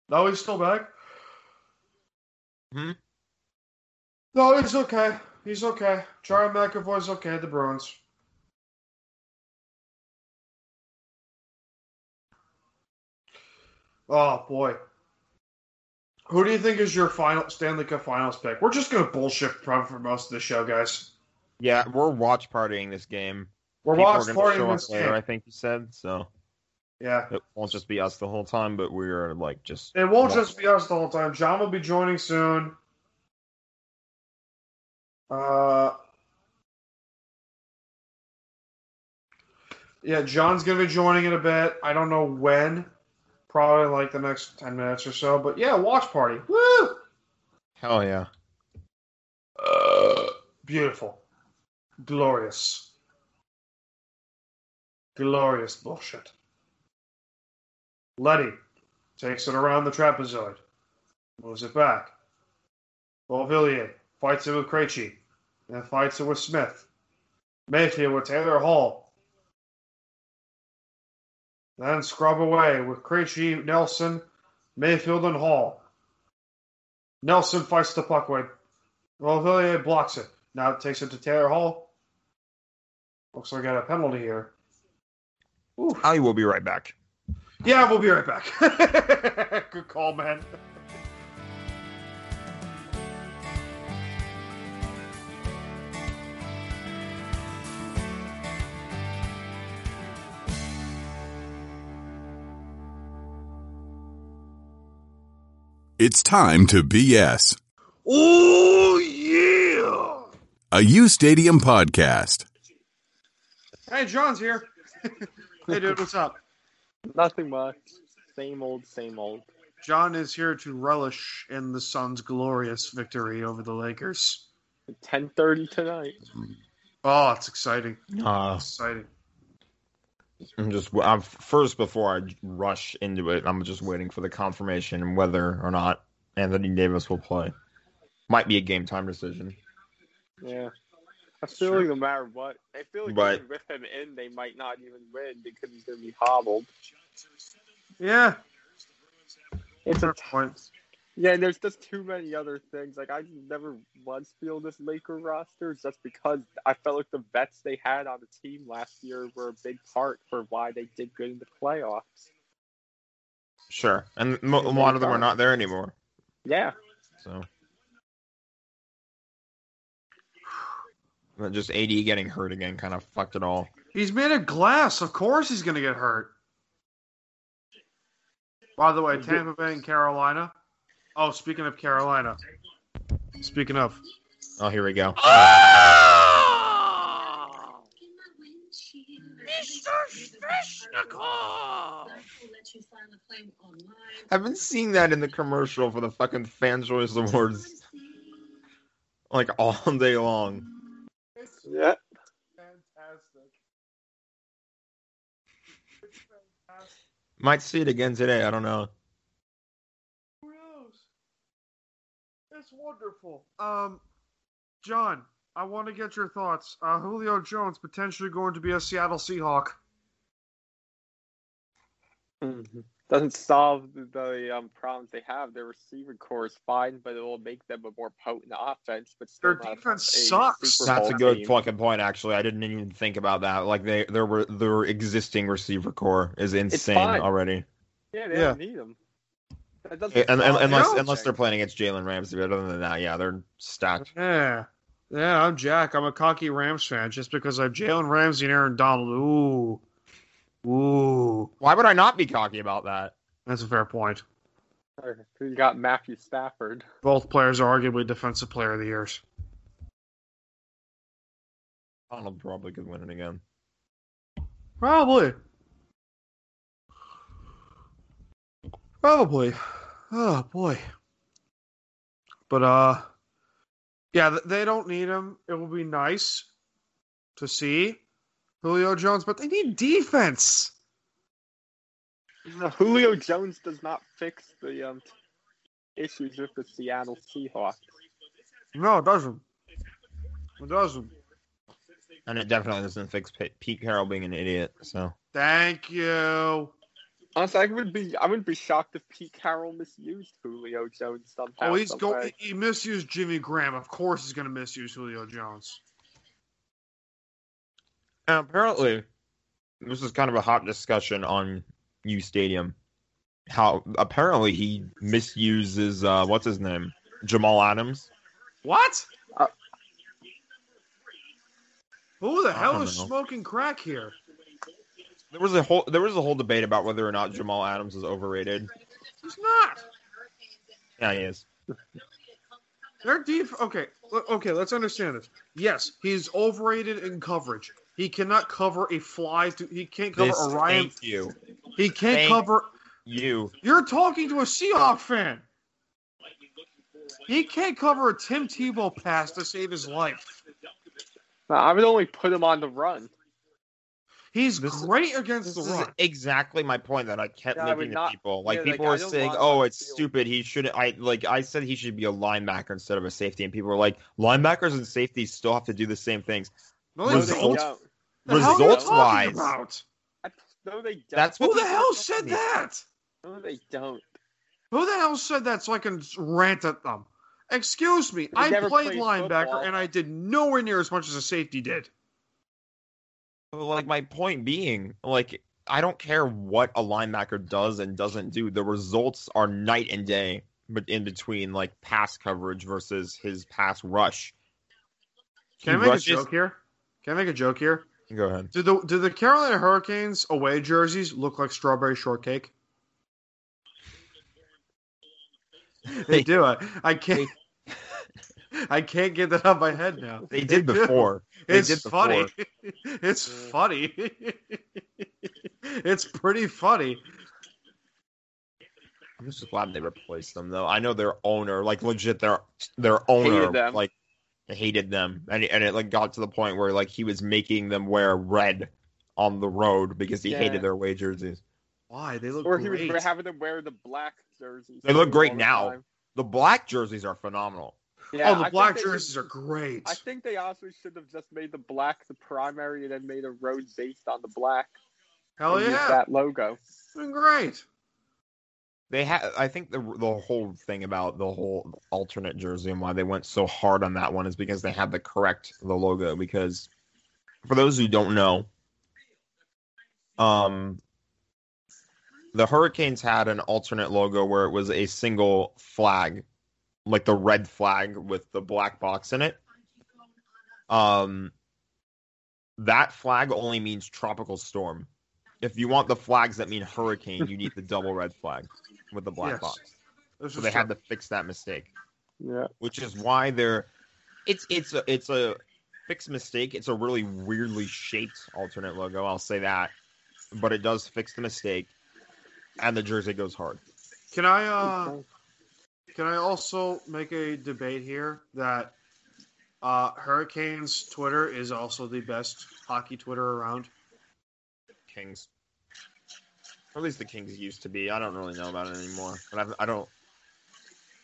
E: No, he's still back.
G: Hmm?
E: No, he's okay. He's okay. Charlie McAvoy's okay. The Bruins. Oh boy. Who do you think is your final Stanley Cup Finals pick? We're just gonna bullshit probably for most of the show, guys.
G: Yeah, we're watch partying this game.
E: We're
G: People are
E: watching
G: gonna
E: partying
G: show up
E: this
G: later, I
E: game.
G: think you said so.
E: Yeah.
G: It won't just be us the whole time, but we're like just
E: It won't just be us the whole time. John will be joining soon. Uh, yeah, John's gonna be joining in a bit. I don't know when. Probably like the next ten minutes or so. But yeah, watch party. Woo!
G: hell yeah.
E: Beautiful, glorious, glorious bullshit. Letty takes it around the trapezoid, moves it back. Beauvillier fights it with Krejci, and fights it with Smith. Mayfield with Taylor Hall. Then scrub away with Krejci, Nelson, Mayfield, and Hall. Nelson fights the puck away. Beauvillier blocks it. Now it takes it to Taylor Hall. Looks like I got a penalty here.
G: Ali will be right back.
E: Yeah, we'll be right back. Good call, man.
C: It's time to BS.
E: Oh yeah.
C: A U Stadium podcast.
E: Hey, John's here. hey, dude, what's up?
F: Nothing much. Same old, same old.
E: John is here to relish in the Suns' glorious victory over the Lakers.
F: Ten thirty tonight.
E: Oh, it's exciting!
G: Uh,
E: Exciting.
G: I'm just I'm, first before I rush into it. I'm just waiting for the confirmation whether or not Anthony Davis will play. Might be a game time decision.
F: Yeah. I feel like no matter what, I feel like
G: Right.
F: even with him in, they might not even win because he's gonna be hobbled.
E: Yeah,
F: It's
E: fair
F: a
E: point.
F: yeah. and There's just too many other things. Like I never once feel this Laker roster just because I felt like the vets they had on the team last year were a big part for why they did good in the playoffs.
G: Sure, and mo- a lot of them are not there anymore.
F: Yeah.
G: So But just AD getting hurt again kind of fucked it all.
E: He's made of glass. Of course, he's gonna get hurt. By the way, Tampa Bay and Carolina. Oh, speaking of Carolina. Speaking of,
G: Oh, here we go.
E: Ah!
G: I've been seeing that in the commercial for the fucking Fan Choice Awards like all day long.
F: Yeah.
E: fantastic.
G: Might see it again today. I don't know.
E: Who knows? It's wonderful. Um, John, I want to get your thoughts. Uh, Julio Jones potentially going to be a Seattle Seahawk.
F: Mhm. Doesn't solve the, the um, problems they have. Their receiver core is fine, but it will make them a more potent offense. But still
E: Their
F: not
E: defense
F: a
E: sucks.
F: Super
G: That's
F: Bowl
G: a good
F: team.
G: fucking point. Actually, I didn't even think about that. Like they, their were their existing receiver core is insane
F: fine.
G: already.
F: Yeah, they don't need them. That doesn't
G: And, and-
F: solve
G: unless
F: anything.
G: unless they're playing against Jalen Ramsey, but other than that, yeah, they're stacked.
E: Yeah. Yeah, I'm Jack. I'm a cocky Rams fan just because I'm Jalen Ramsey and Aaron Donald. Ooh. Ooh.
G: Why would I not be cocky about that?
E: That's a fair point.
F: you got Matthew Stafford.
E: Both players are arguably defensive player of the years.
G: Donald probably could win it again.
E: Probably. Probably. Oh boy. But uh, yeah, th- they don't need him. It will be nice to see Julio Jones, but they need defense.
F: Uh, Julio Jones does not fix the um, issues with the Seattle Seahawks.
E: No, it doesn't. It doesn't.
G: And it definitely doesn't fix Pete, Pete Carroll being an idiot. So
E: Thank you. Oh,
F: Honestly, I would be I wouldn't be shocked if Pete Carroll misused Julio Jones somehow.
E: Oh, he's
F: some
E: going.
F: way.
E: He misused Jimmy Graham. Of course, he's going to misuse Julio Jones.
G: And apparently, this is kind of a hot discussion on U Stadium. How apparently he misuses uh, what's his name, Jamal Adams.
E: What?
F: Uh,
E: Who the
G: I
E: hell
G: don't
E: is
G: know.
E: smoking crack here?
G: There was a whole there was a whole debate about whether or not Jamal Adams is overrated.
E: He's not.
G: Yeah, he is.
E: They're deep. Okay, l- okay. Let's understand this. Yes, he's overrated in coverage. He cannot cover a fly. To, he can't cover
G: This
E: a Ryan.
G: thank you,
E: He can't
G: thank-
E: cover.
G: you.
E: You're talking to a Seahawk fan. He can't cover a Tim Tebow pass to save his life.
F: No, I would only put him on the run.
E: He's
G: This is-
E: great against
G: This
E: the
G: is
E: run.
G: exactly my point that I kept
F: Yeah, I would
G: making to
F: not-
G: people. Like
F: yeah, like,
G: people
F: I
G: were
F: don't
G: saying,
F: want
G: "Oh,
F: that
G: it's
F: field."
G: stupid. He shouldn't." I like I said he should be a linebacker instead of a safety, and people were like, "Linebackers and safeties still have to do the same things."
E: No,
F: No,
E: they
F: they
G: Results-
E: don't.
F: don't.
E: The hell are you
G: results
E: talking
G: wise,
E: about?
F: No, they don't.
G: That's
E: Who
G: what
E: the
G: people
E: hell
G: are
E: said
G: telling me.
E: that?
F: No, they don't.
E: Who the hell said that so I can rant at them? Excuse me, I
F: never
E: played
F: played
E: linebacker
F: football.
E: and I did nowhere near as much as a safety did.
G: But like my point being, like I don't care what a linebacker does and doesn't do. The results are night and day, but in between like pass coverage versus his pass rush.
E: Can I
G: He
E: make
G: rushes-
E: a joke here? Can I make a joke here?
G: Go ahead.
E: Do the do the Carolina Hurricanes away jerseys look like strawberry shortcake? They do. I, I can't. I can't get that out of my head now.
G: They did
E: do.
G: before. They
E: it's
G: did before.
E: funny. it's funny. it's pretty funny.
G: I'm just glad they replaced them though. I know their owner, like legit their their owner
F: Hated them.
G: like hated them. And and it like got to the point where like he was making them wear red on the road because he
F: Yeah.
G: hated their away jerseys.
E: Why they look
F: Or he
E: great?
F: was having them wear the black jerseys.
G: They look great
F: all the
G: now.
F: time.
G: the black jerseys are phenomenal.
F: Yeah,
E: oh, the
F: I
E: black
F: think they-
E: jerseys are great.
F: I think they honestly should have just made the black the primary and then made a road based on the black.
E: Hell
F: and used
E: yeah,
F: That logo.
E: it's been great.
G: They had, I think, the the whole thing about the whole alternate jersey and why they went so hard on that one is because they had the correct the logo. Because for those who don't know, um, the Hurricanes had an alternate logo where it was a single flag, like the red flag with the black box in it. Um, that flag only means tropical storm. If you want the flags that mean hurricane, you need the double red flag with the black
E: Yes.
G: box.
E: This
G: So
E: is
G: they had
E: true.
G: to fix that mistake,
F: Yeah.
G: which is why they're it's it's a it's a fixed mistake. It's a really weirdly shaped alternate logo. I'll say that, but it does fix the mistake, and the jersey goes hard.
E: Can I? Uh, Can I also make a debate here that uh, Hurricanes Twitter is also the best hockey Twitter around?
G: Kings, or at least the Kings used to be. I don't really know about it anymore, but I've, I don't.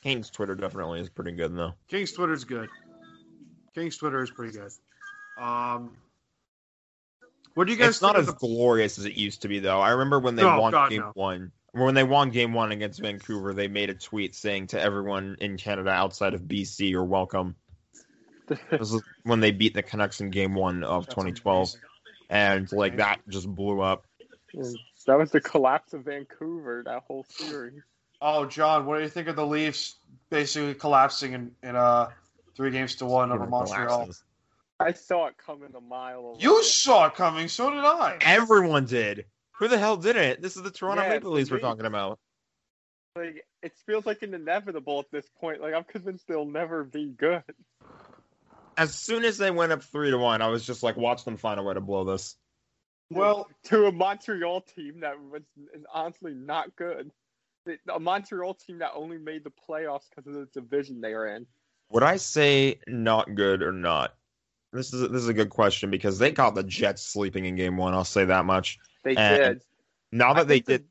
G: Kings Twitter definitely is pretty good though.
E: Kings Twitter is good. Kings Twitter is pretty good. Um, what do you guys?
G: it's not
E: think
G: as
E: of the-
G: glorious as it used to be though. I remember when they
E: No,
G: won
E: God,
G: game
E: no.
G: one. When they won game one against Vancouver, they made a tweet saying to everyone in Canada outside of BC, "You're welcome." this is when they beat the Canucks in game one of
E: That's
G: 2012,
E: amazing.
G: and like that just blew up.
F: That was the collapse of Vancouver, that whole series.
E: Oh, John, what do you think of the Leafs basically collapsing in, in uh three games to one over
G: Everyone
E: Montreal?
G: collapses.
F: I saw it coming a mile away.
E: You saw it coming, so did I.
G: Everyone did. Who the hell did it? This is the Toronto
F: Yeah,
G: Maple Leafs we're
F: it's the
G: talking about.
F: like, it feels like an inevitable at this point. Like I'm convinced they'll never be good.
G: As soon as they went up three to one, I was just like, "Watch them find a way to blow this."
E: Well,
F: to a Montreal team that was is honestly not good. It- A Montreal team that only made the playoffs because of the division they are in.
G: Would I say not good or not? This is this is a good question because they caught the Jets sleeping in game one. I'll say that much.
F: They
G: And
F: did.
G: Now
F: I
G: that they
F: think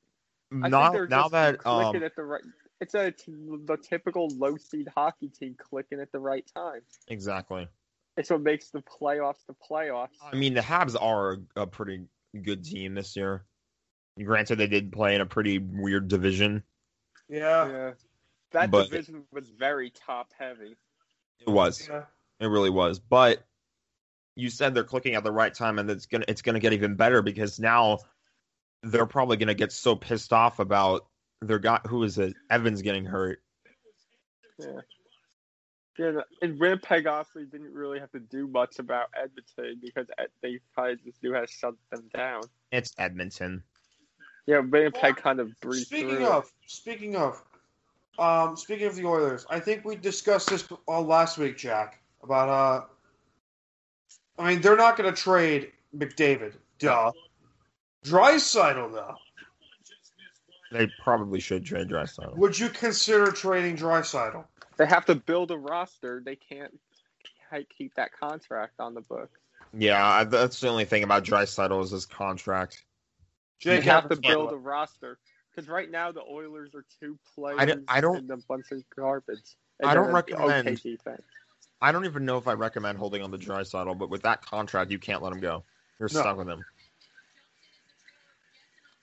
G: did,
F: I
G: now
F: think they're
G: now
F: just
G: that
F: clicking
G: um
F: at the right. It's a t- the typical low seed hockey team clicking at the right time.
G: exactly.
F: It's what makes the playoffs the playoffs.
G: I mean, the Habs are a, a pretty good team this year. Granted, they did play in a pretty weird division.
E: yeah,
F: Yeah. That
G: But-
F: division was very top heavy.
G: It was,
E: yeah.
G: it really was. But you said they're clicking at the right time, and it's gonna it's gonna get even better because now they're probably gonna get so pissed off about their guy who is it Evans getting hurt.
F: Yeah, and Winnipeg obviously didn't really have to do much about Edmonton because Ed- they probably just knew how to shut them down.
G: It's Edmonton.
F: Yeah, Winnipeg kind of breezed
E: Speaking
F: through.
E: of, speaking of, um, speaking of the Oilers, I think we discussed this uh, last week, Jack, about uh, I mean, they're not going to trade McDavid, duh. Drysital though,
G: They probably should trade Drysdale.
E: would you consider trading Drysital?
F: they have to build a roster. They can't can't keep that contract on the book.
G: Yeah, I- that's the only thing about Drysdale is his contract.
F: They
E: Jake
F: have to
E: Evans, by the
F: build
E: way.
F: a roster because right now the Oilers are two players
G: I don't- I don't-
F: and a bunch of garbage. And
G: I don't
F: they're an Okay
G: recommend-
F: defense.
G: I don't even know if I recommend holding on to Drysdale, but with that contract, you can't let him go. You're
E: No.
G: stuck with him.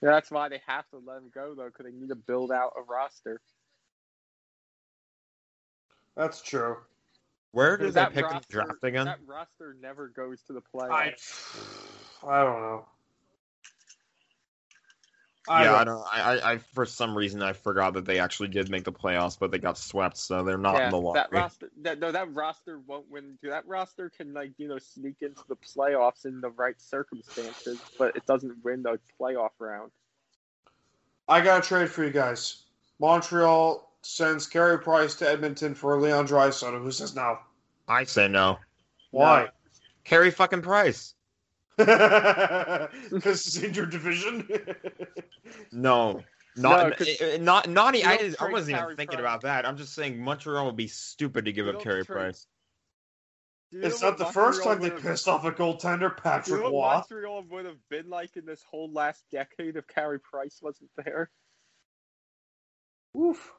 F: Yeah, that's why they have to let him go though, because they need to build out a roster.
E: That's true.
G: Where did
F: Because
G: they
F: that
G: pick in the
F: roster-
G: draft again?
F: That roster never goes to the playoffs.
E: I I don't know.
G: yeah, I don't. I, I, I for some reason I forgot that they actually did make the playoffs, but they got swept, so they're not
F: yeah,
G: in the lottery.
F: that roster, that, no, that roster won't win. That roster can like you know sneak into the playoffs in the right circumstances, but it doesn't win the playoff round.
E: I got a trade for you guys. Montreal sends Carey Price to Edmonton for Leon Draisaitl, who says no.
G: I say no.
E: Why?
G: Carry fucking Price.
E: Because it's in your division.
G: No, not
F: 'cause
G: eh, eh, not not.
F: you
G: I,
F: don't
G: didn't- I
F: trade
G: wasn't even
F: Carey
G: thinking
F: Price.
G: about that. I'm just saying Montreal would be stupid to give
F: You
G: up
F: don't
G: Carey
F: trade-
G: Price.
F: Do you
E: it's
F: know
E: not
F: what
E: the first
F: Montreal
E: time they
F: would've-
E: pissed off a goaltender,
F: Do you
E: Patrick
F: know what
E: Waugh.
F: Montreal would have been like in this whole last decade if Carey Price wasn't there?
E: Oof.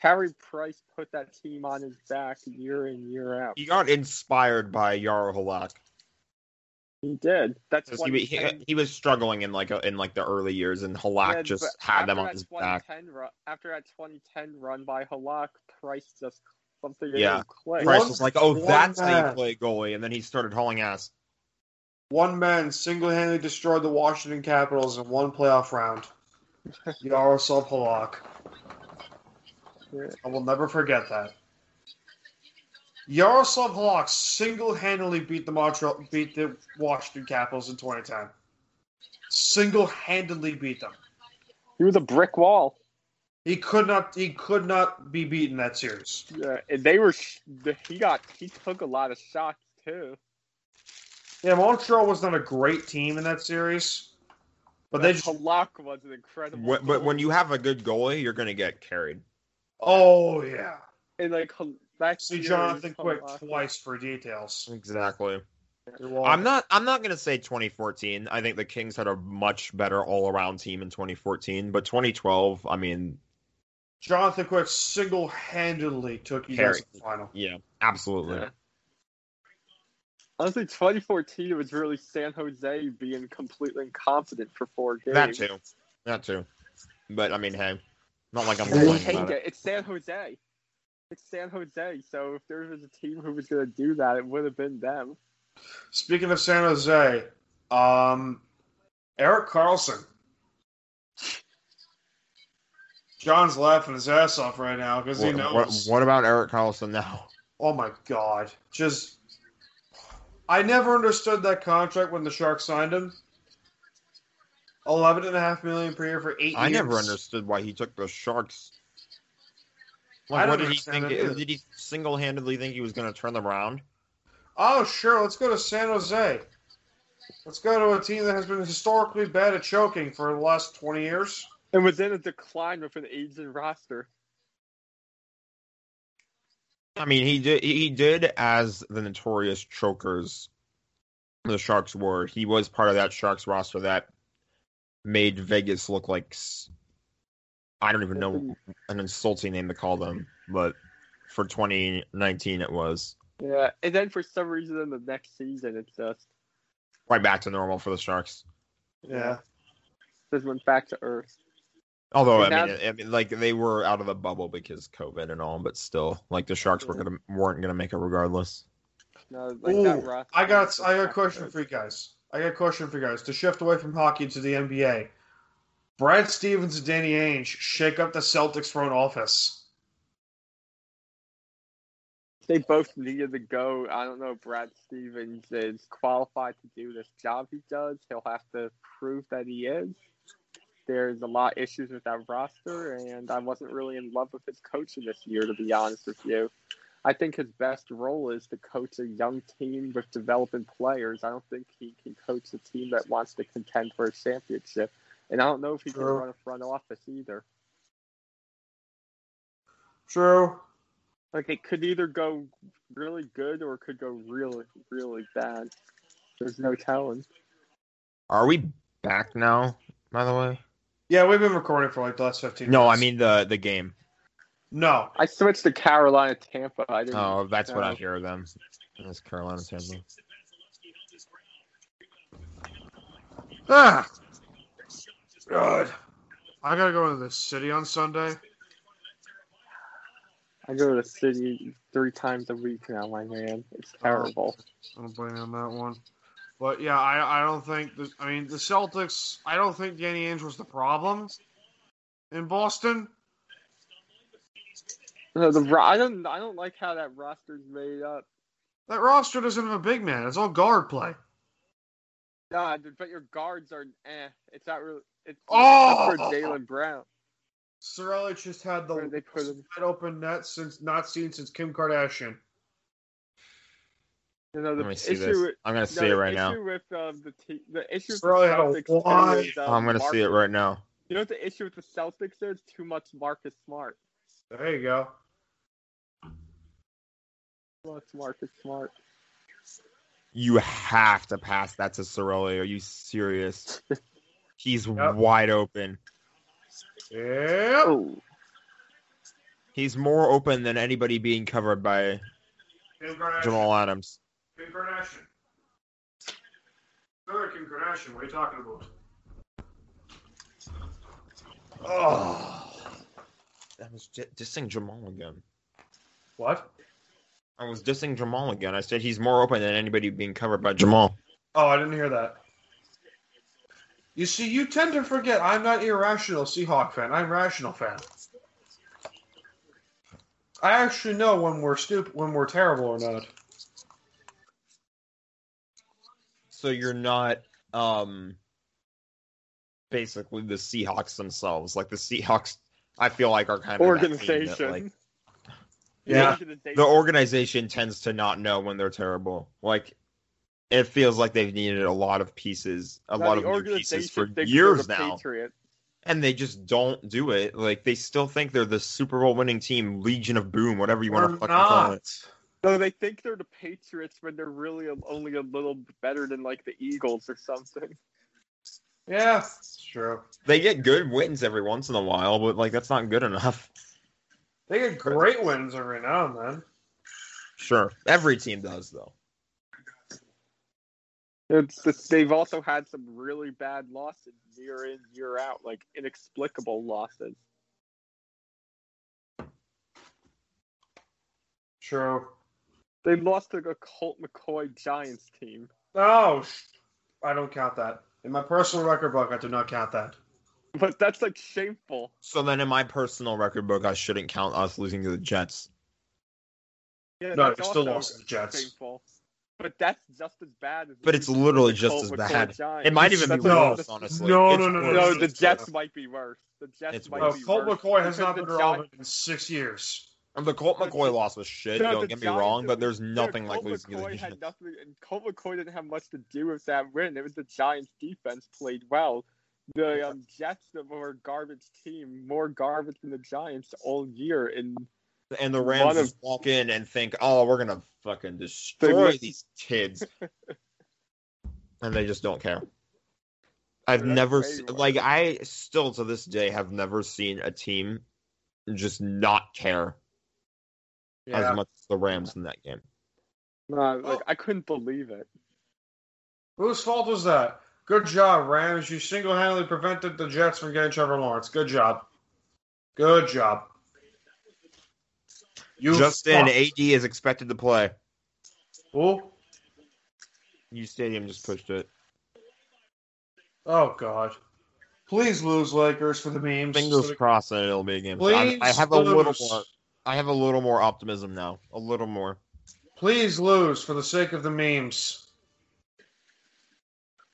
F: Carey Price put that team on his back year in year out.
G: He got inspired by Yaro Halak
F: He did. That's
G: because
F: one.
G: he, he he was struggling in like a, in like the early years, and Halak
F: Yeah,
G: just
F: but
G: had them
F: after
G: on
F: that
G: his back.
F: 2010 Run, after that 2010 run by Halak, Price just something in
G: Yeah.
F: him clicked.
G: Price
E: One-
G: was like, "Oh,
E: one
G: that's how you
E: man.
G: play goalie," and then he started hauling ass.
E: One man single handedly destroyed the Washington Capitals in one playoff round. Yaroslav Halak. I will never forget that. Yaroslav Halak single handedly beat the Montreal beat the Washington Capitals in 2010. Single handedly beat them.
F: He was a brick wall.
E: He could not he could not be beaten that series.
F: Yeah, and they were. sh- He got. He took a lot of shots too.
E: Yeah, Montreal was not a great team in that series. But they just
F: Halak was an incredible.
G: Wh- But when
F: goalie.
G: you have a good goalie, you're gonna get carried.
E: Oh yeah.
F: and like Hal- that
E: See
F: year,
E: Jonathan Quick
F: Halak-
E: twice for details.
G: Exactly.
E: You're welcome.
G: I'm not. I'm not going to say 2014. I think the Kings had a much better all-around team in 2014, but 2012. I mean,
E: Jonathan Quick single handedly took you guys to the final.
G: yeah, absolutely.
F: Yeah. Honestly, 2014 it was really San Jose being completely incompetent for four games.
G: That too. That too. But I mean, hey, not like I'm
F: I
G: complaining
F: hate
G: about it.
F: it. It's San Jose. It's San Jose. So if there was a team who was going to do that, it would have been them.
E: Speaking of San Jose, um, Eric Carlson. John's laughing his ass off right now because he
G: What,
E: knows.
G: what, what about Eric Carlson now?
E: Oh my god! Just, I never understood that contract when the Sharks signed him. Eleven and a half million per year for eight.
G: I never
E: years.
G: understood why he took the Sharks.
E: I
G: Like,
E: don't
G: what did he
E: understand
G: think?
E: it either.
G: Did he single-handedly think he was going to turn them around?
E: Oh, sure. Let's go to San Jose. Let's go to a team that has been historically bad at choking for the last 20 years.
F: And was in a decline with an aging roster.
G: I mean, he did. He did as the notorious chokers. The Sharks were. He was part of that Sharks roster that made Vegas look like s- I don't even know an insulting name to call them, but for 2019 it was
F: Yeah. And then for some reason in the next season, it just
G: right back to normal for the Sharks.
E: Yeah.
F: just went back to earth.
G: Although I
F: And
G: mean, I mean, like they were out of the bubble because COVID and all, but still, like the Sharks were
F: Mm-hmm.
G: gonna weren't gonna make it regardless.
F: No, like
E: Ooh,
F: that roster
E: I
F: was
E: got
F: just
E: I got a
F: not
E: question
F: good.
E: for you guys. I got a question for you guys to shift away from hockey to the NBA. Brad Stevens and Danny Ainge shake up the Celtics front office.
F: They both needed to go. I don't know. if Brad Stevens is qualified to do this job. He does. He'll have to prove that he is. There's a lot of issues with that roster, and I wasn't really in love with his coaching this year, to be honest with you. I think his best role is to coach a young team with developing players. I don't think he can coach a team that wants to contend for a championship. And I don't know if he can
E: True.
F: run a front office either.
E: True.
F: Like it could either go really good or it could go really, really bad. There's no telling.
G: Are we back now? By the way,
E: Yeah, we've been recording for like the last 15
G: no, I
E: minutes.
G: mean the the game.
E: no.
F: I switched to Carolina Tampa. I didn't.
G: Oh, that's what I
F: No.
G: hear of them. That's Carolina Tampa.
E: Ah. God. I got to go into the city on Sunday.
F: I go to the city three times a week now, my man. It's terrible.
E: I don't blame you on that one. But yeah, I, I don't think. The, I mean, the Celtics. I don't think Danny Ainge was the problem in Boston.
F: No, the ro- I don't I don't like how that roster's made up.
E: That roster doesn't have a big man. It's all guard play.
F: Nah, dude, but your guards are eh. It's not really. It's
E: Oh!
F: except for Jalen Brown.
E: Sorelli just had the
F: Where did they put him?
E: wide open net since not seen since Kim Kardashian.
F: You know, the
G: Let me see
F: issue
G: this.
F: with-
G: I'm gonna
F: no,
G: see it
F: the
G: right now.
F: issue With, um, the, te- the issue with the
E: Really had a
F: Celtics too
E: wide-
F: is, um,
G: I'm gonna see it
F: Marcus-
G: right now.
F: You know what the issue with the Celtics is? Too much Marcus Smart.
E: There you go.
F: Too much Marcus Smart.
G: You have to pass that to Sorelli. Are you serious? He's
E: Yep.
G: wide open.
E: Yeah.
G: He's more open than anybody being covered by
E: Kim Kardashian.
G: Jamal Adams.
E: Kim Kardashian. Another Kim Kardashian. What are you talking about?
G: Oh, that was di- dissing Jamal again.
E: What?
G: I was dissing Jamal again. I said he's more open than anybody being covered by Jamal.
E: Oh, I didn't hear that. You see, you tend to forget. I'm not irrational Seahawk fan. I'm rational fan. I actually know when we're stupid, when we're terrible or not.
G: So you're not um basically the Seahawks themselves. Like the Seahawks, I feel like are kind of that team that,
F: Organization.
G: like,
E: Yeah.
F: Organization.
G: the organization tends to not know when they're terrible. Like it feels like they've needed a lot of pieces, a
F: Now,
G: lot
F: the
G: of new pieces
F: organization
G: for
F: thinks they're
G: years
F: the
G: now,
F: Patriots.
G: and they just don't do it. Like they still think they're the Super Bowl winning team, Legion of Boom, whatever you want
E: We're
G: to fucking call it.
F: No, they think they're the Patriots when they're really a- only a little better than like the Eagles or something.
E: Yeah, it's true.
G: They get good wins every once in a while, but like that's not good enough.
E: They get great wins every now and then.
G: Sure, every team does though.
F: It's just, they've also had some really bad losses year in year out, like inexplicable losses.
E: True.
F: They lost to the Colt McCoy Giants team.
E: Oh, sh- I don't count that. In my personal record book, I do not count that.
F: But that's like shameful.
G: So then, in my personal record book, I shouldn't count us losing to the Jets.
F: Yeah,
E: No,
F: that's
E: they still
F: also
E: lost to the Jets.
F: Shameful. But that's just as bad as
G: But it's
F: the
G: literally
F: Colt
G: just as
F: McCoy
G: bad.
F: Giants.
G: It might even be
E: That's not-
G: worse, honestly.
E: no,
G: It's
E: no, no, no,
G: worse.
F: No,
E: It's uh,
F: the
E: worse.
F: Jets might be worse. The Jets
G: It's
F: might
G: worse.
E: Oh,
F: be
E: Colt
F: worse.
E: McCoy has
F: because
E: not
F: the
E: been
F: Gi-
E: relevant in six years.
G: And the Colt
F: No,
G: McCoy
F: the-
G: loss was shit.
F: No, the
G: don't get me
F: Giants
G: wrong, but
F: didn't-
G: there's
F: Dude,
G: nothing like
F: Colt
G: losing to the
F: McCoy
G: Jets.
F: had nothing, and Colt McCoy didn't have much to do with that win. It was the Giants' defense played well. The um, Jets that were a garbage team, more garbage than the Giants all year, and
G: And the
F: One
G: Rams
F: of-
G: just walk in and think, "Oh, we're gonna fucking destroy
F: They-
G: these kids," and they just don't care. I've
F: That's
G: never
F: way
G: se-
F: worse.
G: like I still to this day have never seen a team just not care as much as the Rams in that game.
F: uh, like
E: Oh.
F: I couldn't believe it.
E: Whose fault was that? Good job, Rams. You single handedly prevented the Jets from getting Trevor Lawrence. Good job. Good job. You
G: Justin
E: fuck-
G: AD is expected to play.
E: Who?
G: U Stadium just pushed it.
E: Oh, God. Please lose, Lakers, for the memes.
G: Fingers crossed that it'll be a game.
E: Please
G: I have a
E: lose.
G: little more. I have a little more optimism now. A little more.
E: Please lose for the sake of the memes.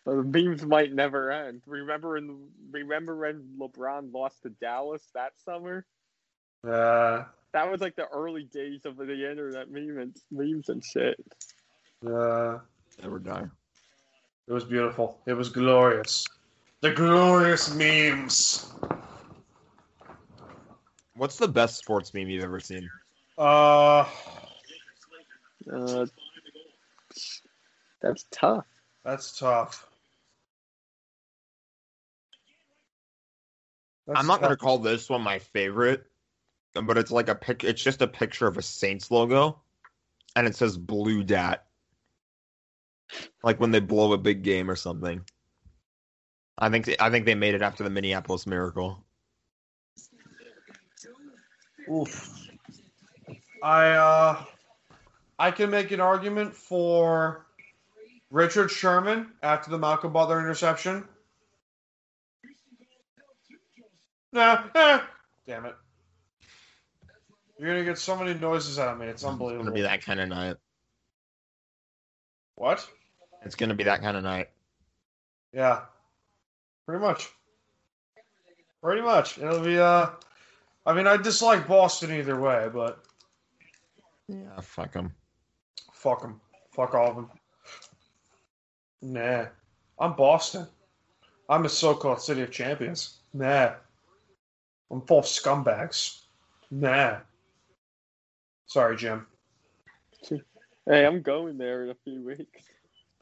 F: The memes might never end. Remember, in, remember when LeBron lost to Dallas that summer?
E: Uh,
F: That was like the early days of the internet meme and, memes and shit.
E: uh,
G: Never die.
E: it was beautiful. It was glorious. The glorious memes.
G: What's the best sports meme you've ever seen?
E: Uh,
F: Uh, that's tough.
E: that's tough. That's
G: I'm not
E: tough.
G: gonna call this one my favorite, but it's like a pic. It's just a picture of a Saints logo, and it says blue dot, like when they blow a big game or something. I think I think they made it after the Minneapolis Miracle.
E: Oof. I uh, I can make an argument for Richard Sherman after the Malcolm Butler interception. No, eh, damn it. You're gonna get so many noises out of me. It's
G: It's
E: unbelievable.
G: gonna be that kind of night.
E: What?
G: It's gonna be that kind of night.
E: Yeah. Pretty much. Pretty much. It'll be uh I mean I dislike Boston either way, but
G: Yeah, Ah, fuck them.
E: fuck them. Fuck all of them. Nah. I'm Boston. I'm a so-called city of champions. Nah. I'm full of scumbags. Nah. Sorry, Jim.
F: Hey, I'm going there in a few weeks.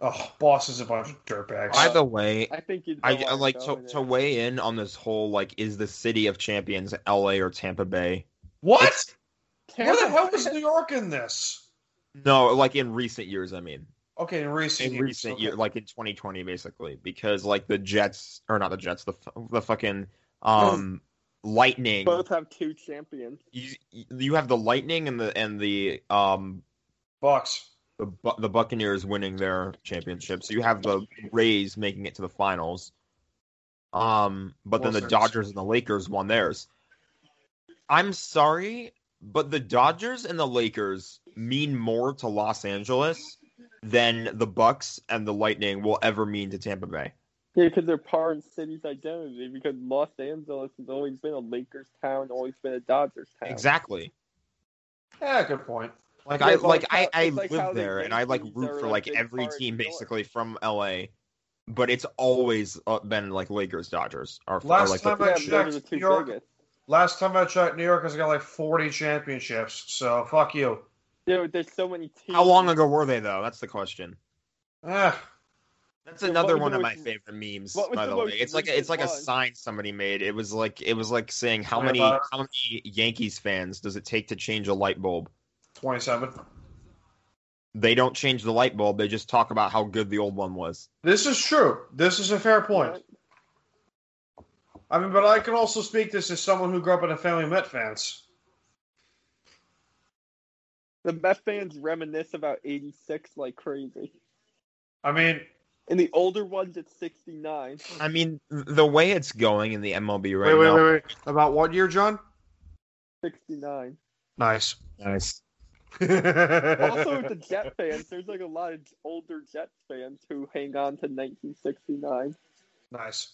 E: Oh, Boston's a bunch of dirtbags.
G: By the way,
F: I think you'd.
G: I
F: know
G: I
F: I'm
G: like to,
F: going
G: to
F: there.
G: weigh in on this whole like is the city of champions L.A. or Tampa Bay?
E: what? Where the
F: Tampa
E: hell was
F: Bay-
E: New York in this?
G: No, like in recent years. I mean,
E: Okay, in recent
G: in
E: years.
G: recent
E: okay.
G: year, like in 2020, basically, because like the Jets or not the Jets, the fu- the fucking um Lightning.
F: Both have two champions.
G: You, you have the Lightning and the and the um
E: Bucks.
G: the, Bu- the Buccaneers winning their championship. So you have the Rays making it to the finals. Um, but then the
E: Wizards.
G: Dodgers and the Lakers won theirs. I'm sorry, but the Dodgers and the Lakers mean more to Los Angeles than the Bucks and the Lightning will ever mean to Tampa Bay.
F: Yeah, because they're part of the city's identity. Because Los Angeles has always been a Lakers town, always been a Dodgers town.
G: Exactly.
E: Yeah, good point.
G: Like
F: Yeah,
G: I
F: but
G: like
F: it's
G: I
F: how-
G: I
F: it's like how
G: live
F: the
G: there and I like
F: Yankees
G: root
F: are,
G: for
F: like,
G: like
F: big
G: every
F: part of
G: team
F: New York.
G: basically from LA, but it's always uh, been like Lakers Dodgers are are,
E: Last
G: like
E: time
G: the
E: I
F: Yeah,
E: checked,
F: but those are the two
E: New York-
F: biggest.
E: Last time I checked, New York has got like 40 championships, so fuck you.
F: Dude, there's so many teams.
G: How long ago were they though? That's the question.
E: Eh,
G: That's
F: Yeah, what
G: another
F: was
G: one
F: the
G: of my
F: most-
G: favorite memes.
F: what was
G: By
F: the
G: the way,
F: most
G: it's like a, it's
F: recent
G: like a
F: one?
G: sign somebody made. It was like it was like saying how
E: Sorry
G: many
E: about
G: how many Yankees fans does it take to change a light bulb?
E: 27.
G: They don't change the light bulb. They just talk about how good the old one was.
E: This is true. This is a fair point. I mean, but I can also speak this as someone who grew up in a family of Met fans.
F: The Mets fans reminisce about 86 like crazy.
E: I mean,
F: And the older ones at 69.
G: I mean, th- the way it's going in the MLB right
E: wait, wait,
G: now.
E: wait, wait. About what year, John?
F: 69.
E: Nice.
G: Nice.
F: Also, with the Jet fans, there's like a lot of older Jets fans who hang on to 1969.
E: nice.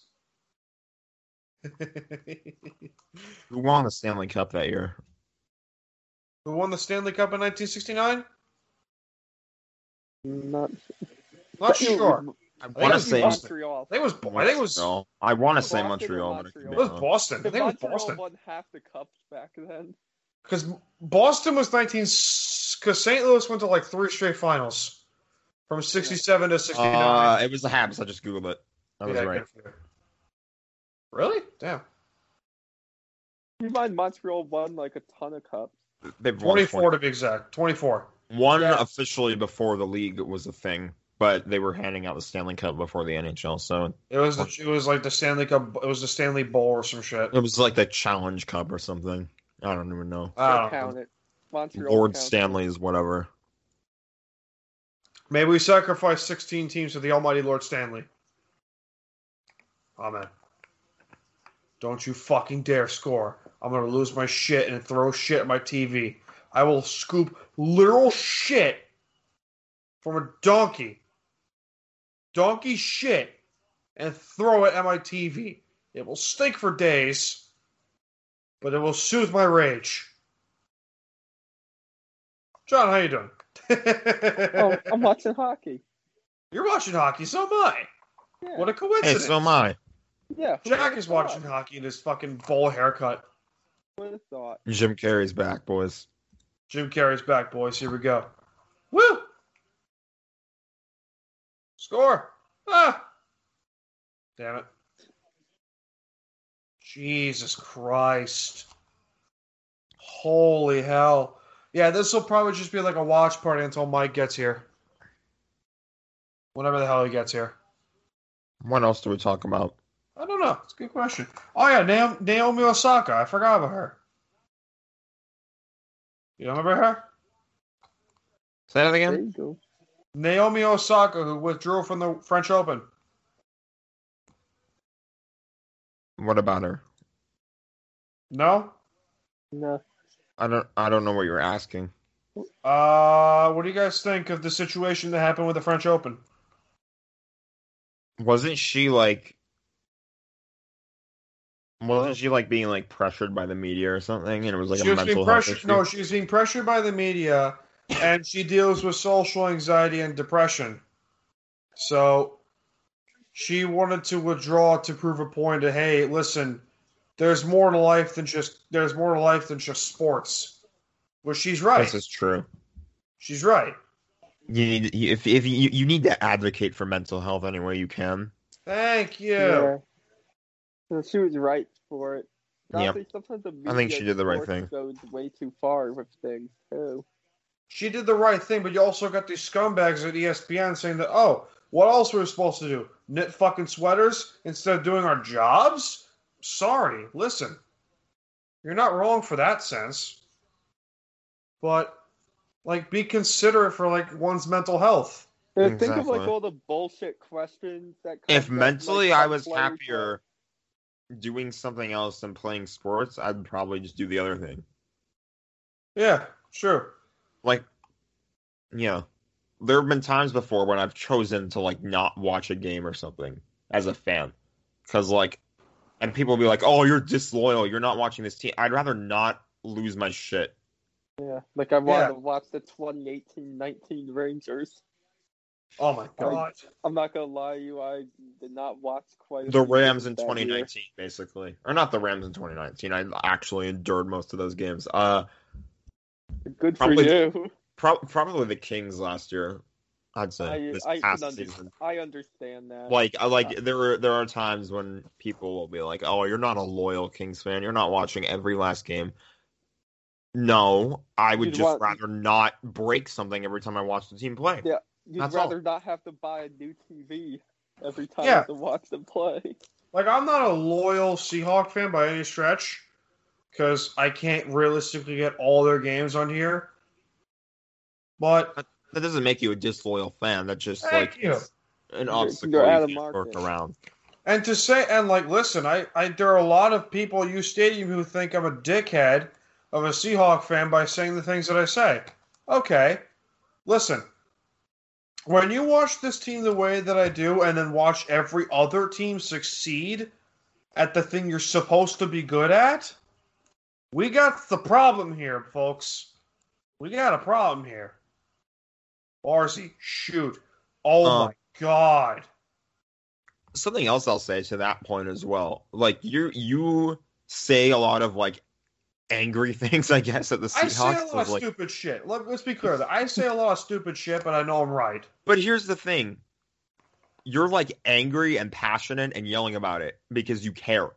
G: Who won the Stanley Cup that year?
E: who won the Stanley Cup in 1969?
F: Not,
E: Not sure.
G: I
E: think it
G: want to
E: was
G: say.
E: Boston.
F: Montreal.
E: I think it was. I think it was. It
G: Montreal. I want to say
F: Boston or
G: Montreal. but it could be
E: was
F: Montreal?
G: wrong.
E: Boston. I
F: The
E: think it was
F: Montreal
E: Boston.
F: won half the cups back then.
E: Because Boston was 19, because St. Louis went to like three straight finals from 67 to 69.
G: Uh, it was the Habs. I just googled it. I was
E: Yeah,
G: right.
E: good for you. Really? Damn.
F: You mind Montreal won like a ton of cups.
G: They've won
E: 24 to be exact. 24.
G: One officially before the league was a thing, but they were handing out the Stanley Cup before the NHL, so
E: It was the, it was like the Stanley Cup. It was the Stanley Bowl or some shit.
G: it was like the Challenge Cup or something. I don't even know.
E: I
F: Don't
E: don't
F: count
E: know.
F: it. Montreal.
G: Lord
F: counts it.
G: Stanley's whatever.
E: Maybe we sacrifice 16 teams to the almighty Lord Stanley. Amen. Don't you fucking dare score. I'm going to lose my shit and throw shit at my TV. I will scoop literal shit from a donkey. Donkey shit and throw it at my TV. It will stink for days, but it will soothe my rage. John, how you doing?
F: Oh, I'm watching hockey.
E: You're watching hockey, so am I.
F: Yeah.
E: What a
G: Hey,
E: coincidence.
G: so am I.
F: yeah who
E: Jack
F: would've
E: is watching
F: thought?
E: hockey in his fucking bowl haircut.
F: Who would've thought?
G: Jim Carrey's back, boys.
E: Jim Carrey's back, boys. Here we go. Woo! Score! Ah! Damn it. Jesus Christ. Holy hell. Yeah, this will probably just be like a watch party until Mike gets here. Whenever the hell he gets here.
G: What else do we talk about?
E: I don't know. It's a good question. Oh yeah, Naomi, Naomi Osaka. I forgot about her. You remember her?
G: Say that
F: There
G: again.
F: you go.
E: Naomi Osaka, who withdrew from the French Open.
G: What about her?
E: No?
F: No.
G: I don't I don't know what you're asking.
E: Uh, what do you guys think of the situation that happened with the French Open?
G: Wasn't she like wasn't she like being like pressured by the media or something? And it was like
E: she
G: a
E: was
G: mental
E: being
G: health
E: pressured.
G: issue?
E: No, she was being pressured by the media, and she deals with social anxiety and depression. So she wanted to withdraw to prove a point of hey, listen, there's more to life than just there's more to life than just sports. Well, she's right.
G: This is true.
E: She's right.
G: You need you- if if you, you need to advocate for mental health any way you can.
E: Thank you.
F: No, she was right for it.
G: Yep.
F: Honestly, sometimes the
G: I think
F: media
G: she did the right
F: source
G: thing.
F: Goes way too far with things too.
E: She did the right thing, but you also got these scumbags at E ESPN saying that, oh, what else were we supposed to do? Knit fucking sweaters instead of doing our jobs? Sorry, listen. You're not wrong for that sense. But, like, be considerate for, like, one's mental health.
F: And Think of like
G: Exactly.
F: all the bullshit questions that. Come
G: If
F: from,
G: mentally
F: like,
G: I
F: some
G: was
F: players that-
G: happier doing something else than playing sports, I'd probably just do the other thing.
E: Yeah, sure.
G: Like yeah. There have been times before when I've chosen to like not watch a game or something as a fan. Cuz like and people will be like, "Oh, you're disloyal. You're not watching this team." I'd rather not lose my shit.
F: Yeah, like I wanted
E: Yeah.
F: to watch the 2018-19 Rangers.
E: Oh, my God.
F: I'm not gonna lie to you, I did not watch quite. a
G: The
F: few
G: Rams in
F: games that year.
G: 2019 basically. Or not the Rams in 2019. I actually endured most of those games. Uh
F: Good for
G: Probably-
F: you.
G: Pro- probably the Kings last year. I'd say
F: I,
G: this
F: I,
G: past
F: can under-
G: season.
F: I understand that.
G: Like, I like there are there are times when people will be like, "Oh, you're not a loyal Kings fan. You're not watching every last game." No, I would
F: You'd
G: just
F: want-
G: rather not break something every time I watch the team play.
F: Yeah. You'd
G: that's
F: rather not have to buy a new TV every time
E: Yeah.
F: to watch them play.
E: Like, I'm not a loyal Seahawk fan by any stretch because I can't realistically get all their games on here. But,
G: That doesn't make you a disloyal fan. That's just
E: thank
G: like
E: you.
G: an
F: You're-
G: obstacle
F: you're out of
G: you can't work
F: market.
G: around.
E: And to say and like listen, I, I there are a lot of people at U Stadium who think I'm a dickhead of a Seahawk fan by saying the things that I say. Okay. Listen. When you watch this team the way that I do and then watch every other team succeed at the thing you're supposed to be good at, we got the problem here, folks. We got a problem here. Barzy, shoot. Oh
G: Um,
E: my god.
G: something else I'll say to that point as well. Like you you say a lot of like angry things, I guess, at the
E: I say a
G: Seahawks.
E: lot
G: Of,
E: of
G: like,
E: stupid shit. Let, us be clear. That I say a lot of stupid shit, but I know I'm right.
G: but here's the thing. You're like angry and passionate and yelling about it because you care.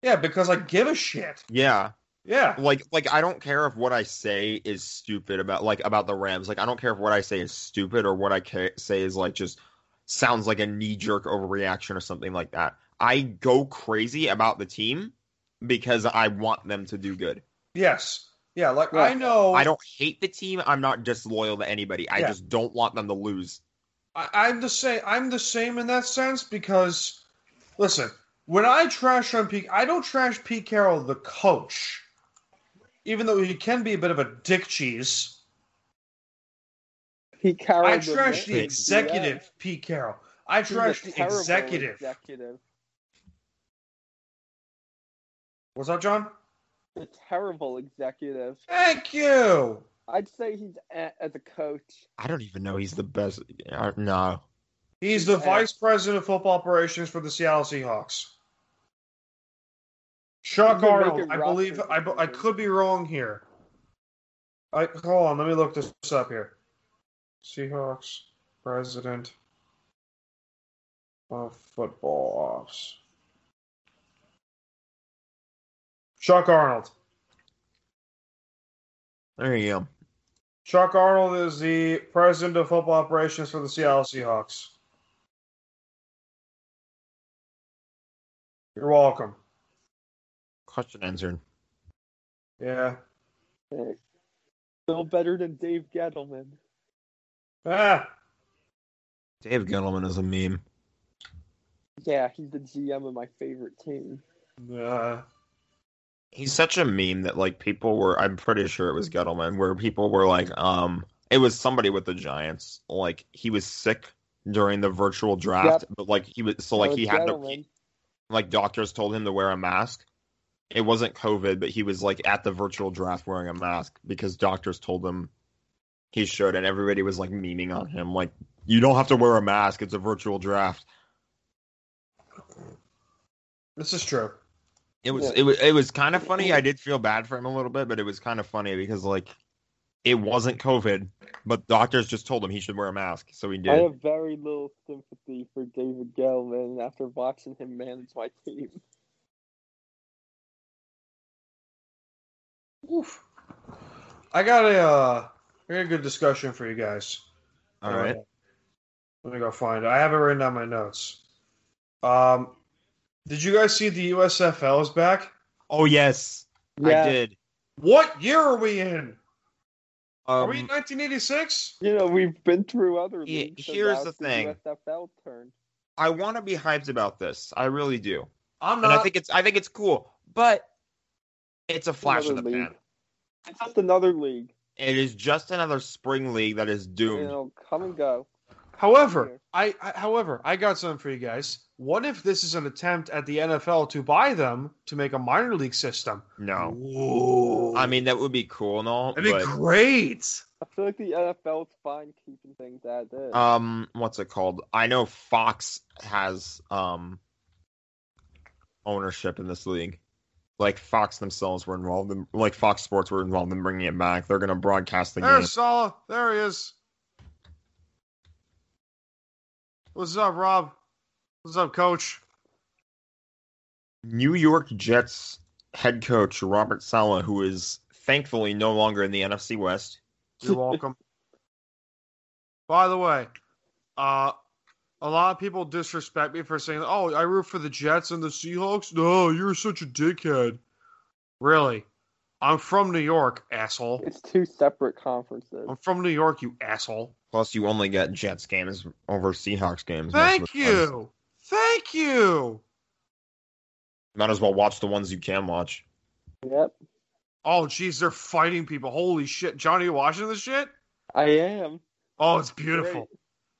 E: Yeah, because I give a shit.
G: Yeah.
E: Yeah,
G: Like like I don't care if what I say is stupid about like about the Rams. Like I don't care if what I say is stupid or what I ca- say is like just sounds like a knee jerk overreaction or something like that. I go crazy about the team because I want them to do good.
E: yes, yeah. Like
F: Yeah.
E: I know.
G: I don't hate the team. I'm not disloyal to anybody. I
E: Yeah.
G: just don't want them to lose.
E: I, I'm the same. I'm the same in that sense because, listen, when I trash on Pete, I don't trash Pete Carroll the coach, even though he can be a bit of a dick cheese.
F: He carried
E: I
F: them
E: trash
F: in.
E: the executive Pete Carroll. I
F: Yeah. He's a
E: trash the
F: terrible
E: executive.
F: executive.
E: What's up, John?
F: A terrible executive.
E: Thank you.
F: I'd say he's at, as a coach.
G: I don't even know he's the best. uh, No,
E: He's the
F: Yeah.
E: vice president of football operations for the Seattle Seahawks. Chuck
F: He's been
E: Arnold,
F: making
E: I believe
F: rosters
E: I, I
F: for-
E: could be wrong here. I hold on, let me look this up here. Seahawks president of football ops. Chuck Arnold.
G: there you go.
E: Chuck Arnold is the president of football operations for the Seattle Seahawks. You're welcome.
G: Question answered.
E: Yeah.
F: uh, Still better than Dave Gettleman.
E: Ah,
G: Dave Gettleman is a meme.
F: Yeah, he's the GM of my favorite team.
E: Uh,
G: He's such a meme that like people were. I'm pretty sure it was Gettleman where people were like, um, it was somebody with the Giants. Like he was sick during the virtual draft, but like he was so like
F: Now,
G: he had to
F: Gettleman,
G: like doctors told him to wear a mask. It wasn't COVID, but he was like at the virtual draft wearing a mask because doctors told him he should, and everybody was like memeing on him, like you don't have to wear a mask. It's a virtual draft.
E: this is true.
G: It was
F: Yeah.
G: it was it was kind of funny. I did feel bad for him a little bit, but it was kind of funny because like it wasn't COVID, but doctors just told him he should wear a mask, so he
F: I
G: did.
F: have very little sympathy for David Gettleman after watching him manage my team.
E: Oof. I got a, uh, I got a good discussion for you guys.
G: All right,
E: Uh, Let me go find it. I have it written down my notes. Um, did you guys see the USFL is back?
G: Oh yes,
F: Yeah,
G: I did.
E: What year are we in? Are we in
G: Um,
E: 1986?
F: You know, we've been through other
G: Yeah,
F: leagues. so
G: here's
F: now
G: the
F: it's
G: thing.
F: USFL turn.
G: I want to be hyped about this. I really do.
E: I'm
G: and I
E: not.
G: think it's I think it's cool, but it's a flash in the
F: Another
G: pan.
F: league. It's just another league.
G: It is just another spring league that is
F: You
G: doomed.
F: know, come and go.
E: However, I, I however I got something for you guys. What if this is an attempt at the NFL to buy them to make a minor league system?
G: No,
E: Ooh.
G: Oh. I mean that would be cool and all,
E: that'd be
G: but
E: great.
F: I feel like the NFL's fine keeping things as is.
E: Uh,
G: um, what's it called? I know Fox has um ownership in this league. Like Fox themselves were involved in, like Fox Sports were involved in bringing it back. They're gonna broadcast the game.
E: There's Sala. There he is. What's up, Rob? What's up, Coach?
G: New York Jets head coach Robert Sala, who is thankfully no longer in the NFC West.
E: You're welcome. By the way, uh, a lot of people disrespect me for saying, "Oh, I root for the Jets and the Seahawks." No, you're such a dickhead. Really, I'm from New York, asshole.
F: it's two separate conferences.
E: I'm from New York, you asshole.
G: Plus, you only get Jets games over Seahawks games. most of
E: Thank
G: the time.
E: you, thank you.
G: Might as well watch the ones you can watch.
F: Yep,
E: Oh, jeez, they're fighting people. Holy shit, Johnny Washington, this shit.
F: I am.
E: Oh, it's beautiful.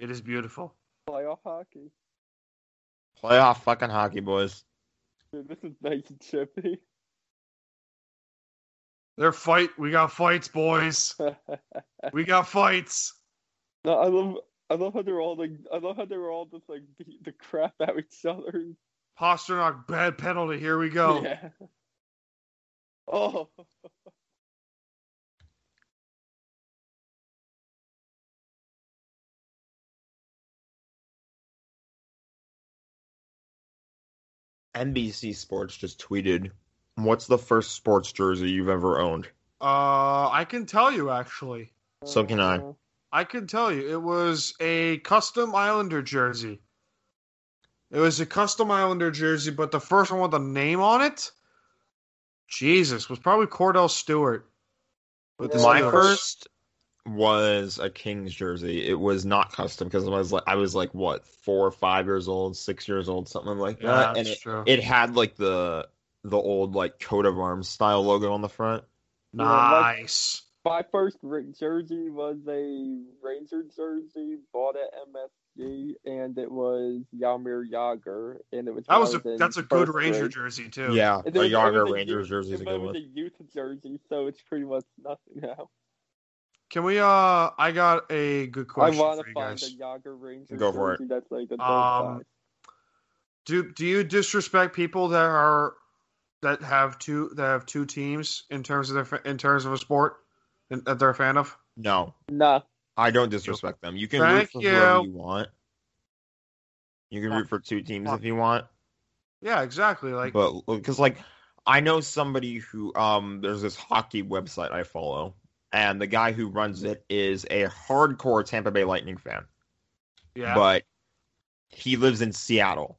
E: It is beautiful.
F: Playoff hockey.
G: Playoff fucking hockey, boys.
F: Dude, this is nice and chippy.
E: They're fight. We got fights, boys.
F: no,
E: We got fights.
F: I love, I love how they're all like, I love how they were all just like beat the crap out of each other.
E: Pasternak, bad penalty. Here we go.
F: Yeah. Oh,
G: NBC Sports just tweeted, "What's the first sports jersey you've ever owned?"
E: Uh, I can tell you actually.
G: So can I.
F: Uh,
E: I can tell you. It was a custom Islander jersey. It was a custom Islander jersey, but the first one with a name on it, Jesus, was probably Cordell Stewart. With the
G: My
E: Steelers.
G: first was a Kings jersey. It was not custom because I was like, I was like, what, four or five years old, six years old, something like
E: Yeah,
G: that. and
E: that's
G: it,
E: true.
G: it had like the the old like coat of arms style logo on the front.
E: nice.
F: My first Rick jersey was a Ranger jersey, bought at MSG, and it was Yamir Yager, and it was.
E: That
F: when
E: was
F: I
E: a
F: in
E: that's a good
F: first
E: Ranger
F: grade.
E: jersey too.
G: Yeah,
F: And
G: the
F: was-
G: Yager
F: was a
G: Rangers
F: youth-
G: jersey is a
F: but it
G: good
F: was
G: one.
F: a youth jersey, so it's pretty much nothing now.
E: Can we? Uh, I got a good question
F: I want
E: for
F: to
E: you
F: find
E: guys.
F: a Yager Ranger
G: Go for it.
F: jersey that's like a
E: Um, Do do you disrespect people that are that have two that have two teams in terms of their fa- in terms of a sport in- that they're a fan of?
G: No,
F: Nah,
G: I don't disrespect them. You can
E: Thank
G: root for whoever
E: you.
G: you want. You can
E: Fuck.
G: root for two teams
E: Fuck.
G: if you want,
E: Yeah, exactly. Like
G: but because like I know somebody who um there's this hockey website I follow, and the guy who runs it is a hardcore Tampa Bay Lightning fan,
E: yeah,
G: but he lives in Seattle.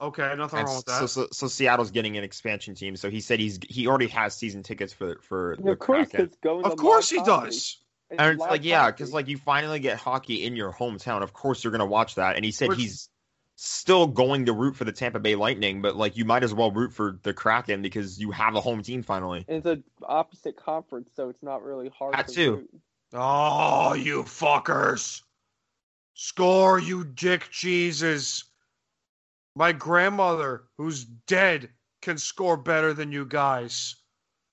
E: okay, nothing
G: And
E: wrong with that.
G: so, so so Seattle's getting an expansion team, so he said he's he already has season tickets for for the
F: of course
G: Kraken.
F: it's going.
E: of
F: to
E: course he
F: Montgomery.
E: does.
F: in
G: And it's
F: live
G: like, yeah,
F: hockey.
G: because like you finally get hockey in your hometown. Of course, you're gonna watch that. And he said
E: Which-
G: he's still going to root for the Tampa Bay Lightning, but like you might as well root for the Kraken because you have a home team finally.
F: And it's an opposite conference, so it's not really hard.
G: That
F: to
G: too.
F: root.
E: Oh, you fuckers. Score, you dick cheeses. My grandmother, who's dead, can score better than you guys.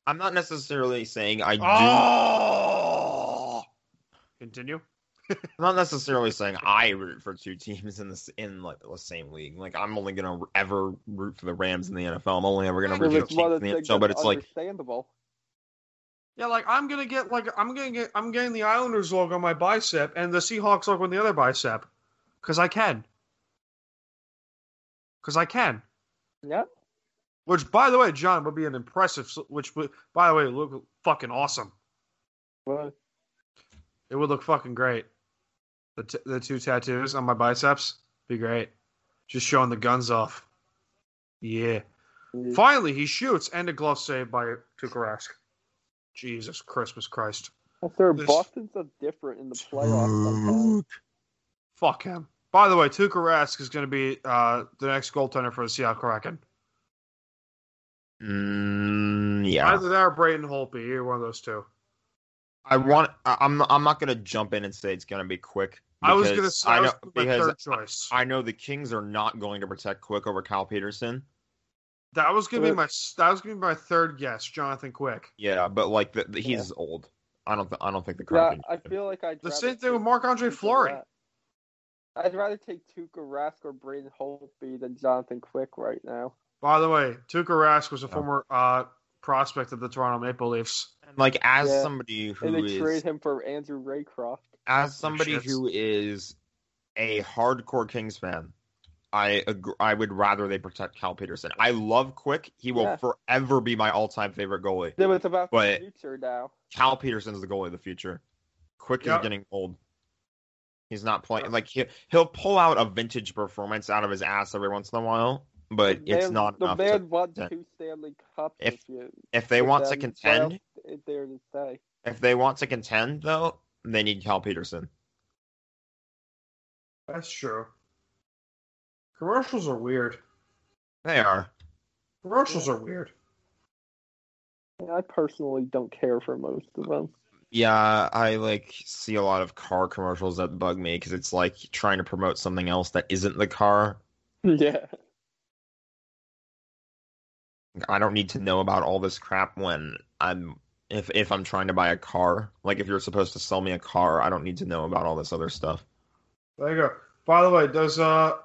G: I'm not necessarily saying I do.
E: Ah! Oh! Continue.
G: I'm not necessarily saying I root for two teams in this in like the same league. Like I'm only gonna ever root for the Rams in the NFL. I'm only ever gonna
F: It
G: root for
F: was one
G: the Chiefs in
F: of the
G: the
F: things
G: NHL. But it's like
F: understandable.
E: Yeah, like I'm gonna get like I'm gonna get I'm getting the Islanders logo on my bicep and the Seahawks logo on the other bicep, cause I can. Cause I can.
F: Yeah,
E: Which, by the way, John would be an impressive. s- Which, would, by the way, would look fucking awesome.
F: well,
E: It would look fucking great. The t- the two tattoos on my biceps be great. Just showing the guns off. Yeah.
F: yeah.
E: Finally, he shoots and a glove save by Tukarask. Jesus Christmas Christ.
F: sir,
E: this-
F: Boston's so different in the playoffs. sometimes.
E: Fuck him. By the way, Tukarask is going to be uh, the next goaltender for the Seattle Kraken.
G: mm, yeah.
E: Either that or Braden Holpe. Either one of those two.
G: I want. I- I'm. I'm not gonna jump in and say it's gonna be quick.
E: I was going to
G: because
E: say I
G: know
E: was my
G: because
E: third choice.
G: I know the Kings are not going to protect Quick over Kyle Peterson.
E: that was going to be my s- that was going to be my third guess, Jonathan Quick.
G: Yeah, but like the, the, he's old. I don't. Th- I don't think the Kraken.
F: Yeah, I feel like I'd
E: The
F: rather
E: same thing with
F: take
E: Marc Andre
F: Tuukka
E: Fleury.
F: Rask- Uh, I'd rather take Tuukka Rask or Braden Holtby than Jonathan Quick right now.
E: By the way, Tuukka Rask was a
G: Yeah.
E: former uh, prospect of the Toronto Maple Leafs.
G: And, like as
F: Yeah.
G: somebody
F: And
G: who
F: they
G: is
F: trade him for Andrew Raycroft.
G: as somebody
E: shits.
G: who is a hardcore Kings fan, I agr I would rather they protect Kyle Peterson. I love Quick. He will
F: Yeah.
G: forever be my all time favorite goalie.
F: Then it's about
G: But-
F: the future now.
G: Cal Peterson's the goalie of the future. Quick
E: Yeah.
G: is getting old. He's not playing like he, he'll pull out a vintage performance out of his ass every once in a while, but
F: The
G: it's
F: man-
G: not
F: The
G: enough. to-
F: man won
G: to-
F: two Stanley Cups.
G: If-
F: If, you,
G: if they
F: with
G: want to
F: them. What
G: contend,
F: else is there to say?
G: if they want to contend though, they need Cal Peterson.
E: That's true. Commercials are weird.
G: They are.
E: Commercials are weird.
F: I personally don't care for most of them.
G: Yeah, I like see a lot of car commercials that bug me because it's like trying to promote something else that isn't the car.
F: Yeah.
G: I don't need to know about all this crap when I'm if if I'm trying to buy a car. Like if you're supposed to sell me a car, I don't need to know about all this other stuff.
E: There you go. By the way, does uh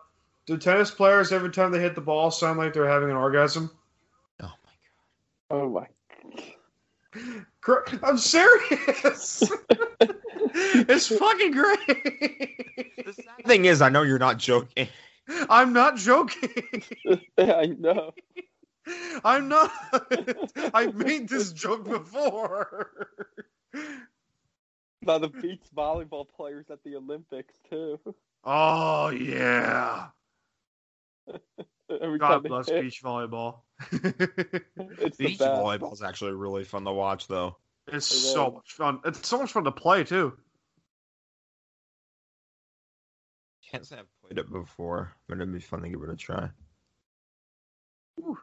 E: do tennis players every time they hit the ball sound like they're having an orgasm?
G: Oh my
F: Oh my.
E: Cor- I'm serious. it's fucking great.
G: god. The sad thing is, I know you're not joking.
E: I'm not joking.
F: I know.
E: I'm not. I made this joke before.
F: By the beach volleyball players at the Olympics too.
E: Oh yeah.
F: Every time
E: God
F: they
E: bless
F: hit,
E: beach volleyball.
F: It's the
G: Beach
F: best.
G: volleyball is actually really fun to watch, though.
E: It's
F: It
E: so
F: is.
E: much fun. It's so much fun to play too.
G: Can't say I've played it before, but it'd be fun to give it a try.
E: All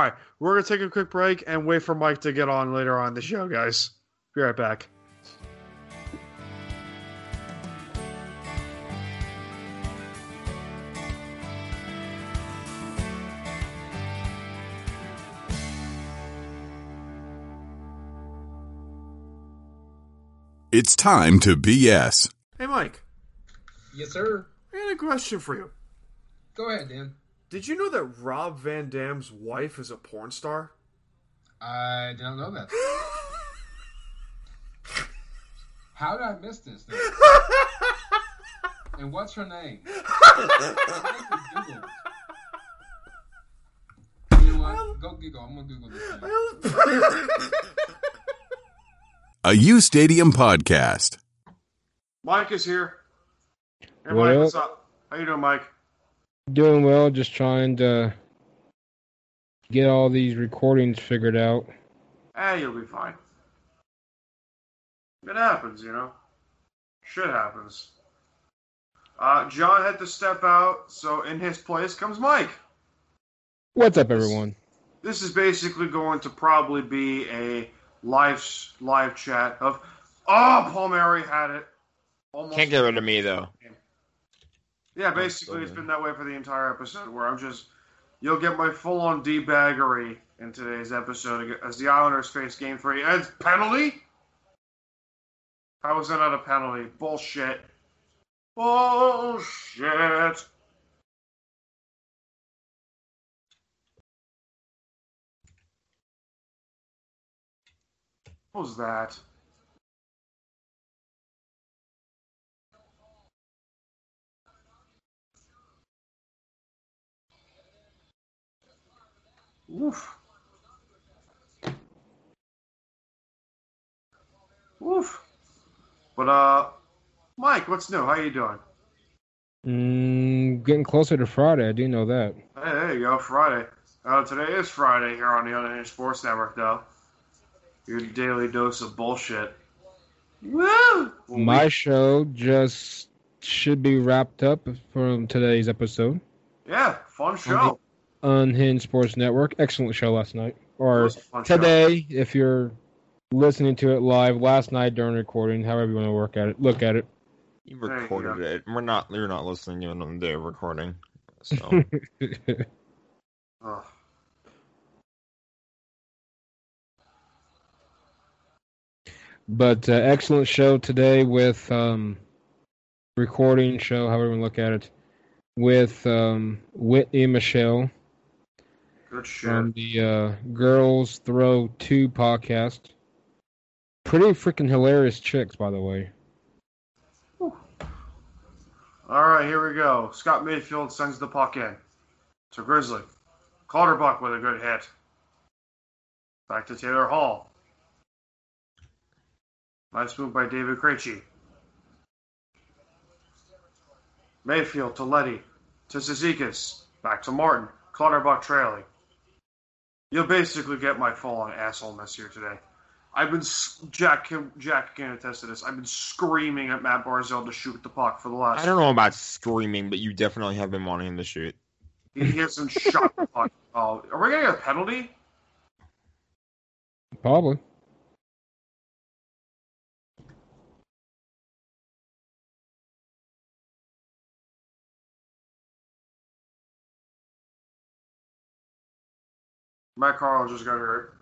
E: right, we're gonna take a quick break and wait for Mike to get on later on in the show, guys. Be right back.
C: It's time to BS.
A: Hey, Mike,
D: Yes, sir.
A: I had a question for you.
D: Go ahead, Dan.
A: Did you know that Rob Van Dam's wife is a porn star?
D: I don't know that. How did I miss this? Then? and what's her name? you know what? Go Google. I'm gonna Google this. Thing.
C: A U Stadium podcast.
E: Mike is here. Hey,
H: What
E: Mike,
H: up?
E: what's up? How you doing, Mike?
H: Doing well, just trying to get all
E: Eh,
H: these recordings figured out.
E: Hey, you'll be fine. It happens, you know. Shit happens. Uh, John had to step out, so in his place comes Mike.
H: What's up, everyone?
E: This is basically going to probably be a live live chat of, oh, Paul Mary had it. Almost
G: Can't get rid of me though.
E: Yeah, basically, it's been that way for the entire episode. Where I'm just, you'll get my full-on debaggery in today's episode as the Islanders face Game Three. And it's penalty? How is that not a penalty? Bullshit. Bullshit. What was that? Oof. Oof. But uh, Mike, what's new? How you doing?
H: Mm, getting closer to Friday. I do know that.
E: Hey, there you go. Friday. Uh, today is Friday here on the Unhinged Sports Network, though. Your daily dose of bullshit. Woo!
H: My show just should be wrapped up from today's episode.
E: Yeah, fun show.
H: Unhinged Sports Network. Excellent show last night.
E: It
H: Or
E: was a fun show.
H: today, if you're listening to it live, last night during recording, however you want to work at it, look at it.
G: You
E: There you
G: recorded
E: go.
G: it. We're not. You're not listening to it on the recording. So
E: Ugh.
H: but uh, excellent show today with um, recording show, however you look at it, with um, Whitney Michelle
E: Good shit.
H: from the uh, Girls Throw Two podcast. Pretty freaking hilarious chicks, by the way.
E: All right, here we go. Scott Midfield sends the puck in to Grizzly. Clutterbuck with a good hit. Back to Taylor Hall. Nice move by David Krejci. Mayfield to Letty to Zizekas. Back to Martin. Clutterbuck trailing. You'll basically get my full-on asshole mess here today. I've been s- Jack can, Jack can attest to this. I've been screaming at Matt Barzell to shoot the puck for the last
G: I don't know about screaming, but you definitely have been wanting him to shoot.
E: He hits and shot the puck. Oh, are we gonna get a penalty?
H: Probably.
E: Matt Carl just got hurt.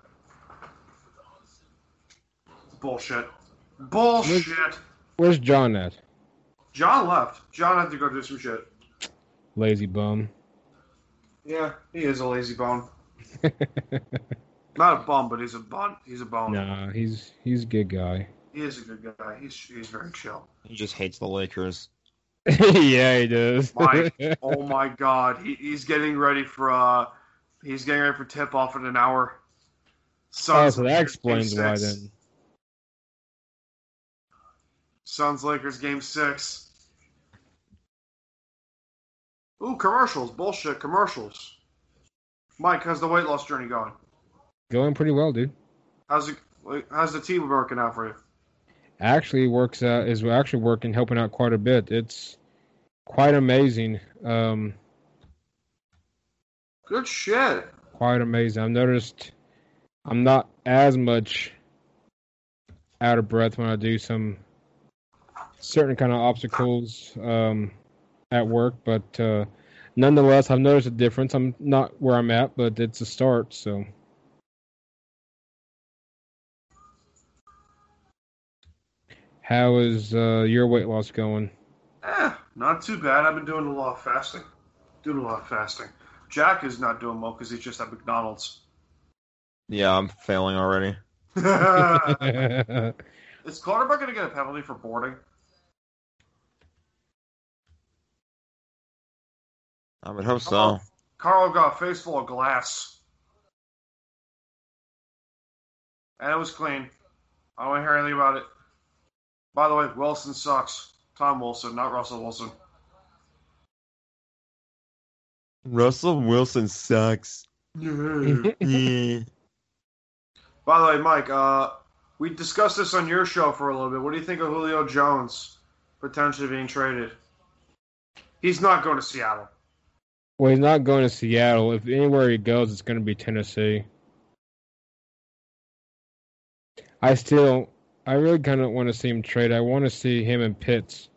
E: Bullshit. Bullshit.
H: Where's John at?
E: John left. John had to go do some shit.
H: Lazy bum.
E: Yeah, he is a lazy bone. Not a bum, but he's a bun. He's a bone.
H: nah, he's he's a good guy.
E: He is a good guy. He's he's very chill.
G: He just hates the Lakers.
H: yeah, he does.
E: Mike. oh my god, he, he's getting ready for uh, he's getting ready for tip off in an hour.
H: oh,
E: Suns
H: so that
E: Lakers, game
H: explains why
E: six.
H: then.
E: Suns Lakers game six. Ooh, commercials. Bullshit commercials. Mike, how's the weight loss journey going?
H: Going pretty well, dude.
E: How's it like, how's the team working out for you?
H: actually works out is actually working helping out quite a bit it's quite amazing um
E: Good shit.
H: quite amazing i've noticed i'm not as much out of breath when i do some certain kind of obstacles um at work but uh nonetheless i've noticed a difference i'm not where i'm at but it's a start so how is uh your weight loss going
E: Eh, not too bad. I've been doing a lot of fasting. Doing a lot of fasting. Jack is not doing well because he's just at McDonald's.
G: Yeah, I'm failing already.
E: is Clutterbuck going to get a penalty for boarding?
G: I would hope so.
E: Oh. Carl got a face full of glass. And it was clean. I don't hear anything about it. By the way, Wilson sucks. Tom Wilson, not Russell Wilson.
G: Russell Wilson sucks.
E: By
G: Yeah.
E: the way, Mike, uh, We discussed this on your show for a little bit. What do you think of Julio Jones potentially being traded? He's not going to Seattle.
H: Well, he's not going to Seattle. If anywhere he goes, it's going to be Tennessee. I still, I really kind of want to see him trade. I want to see him and Pitts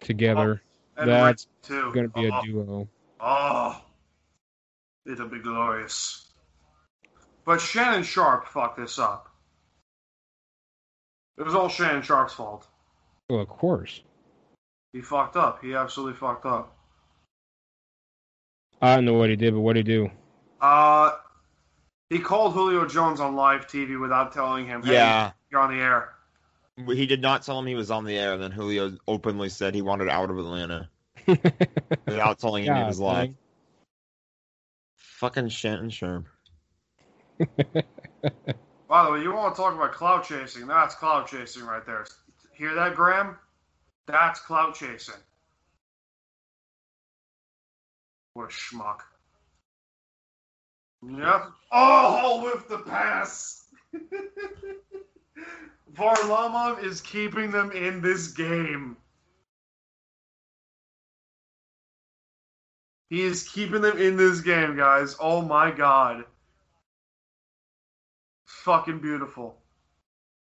H: together.
E: Oh, And
H: That's
E: Wentz, too.
H: going to be
E: oh,
H: a duo.
E: Oh, it'll be glorious. But Shannon Sharp fucked this up. It was all Shannon Sharp's fault.
H: Well, of course.
E: He fucked up. He absolutely fucked up.
H: I don't know what he did, but what did he do?
E: Uh, he called Julio Jones on live TV without telling him. "Hey,
G: Yeah.
E: you're on the air.
G: He did not tell him he was on the air, and then Julio openly said he wanted out of Atlanta without telling him he
H: God,
G: was live.
H: man.
G: Fucking Shanton Sherm.
E: By the way, you want to talk about clout chasing? That's clout chasing right there. Hear that, Graham? That's clout chasing. What a schmuck. Yep. Oh, with the pass. Varlamov is keeping them in this game. He is keeping them in this game, guys. Oh my god fucking beautiful.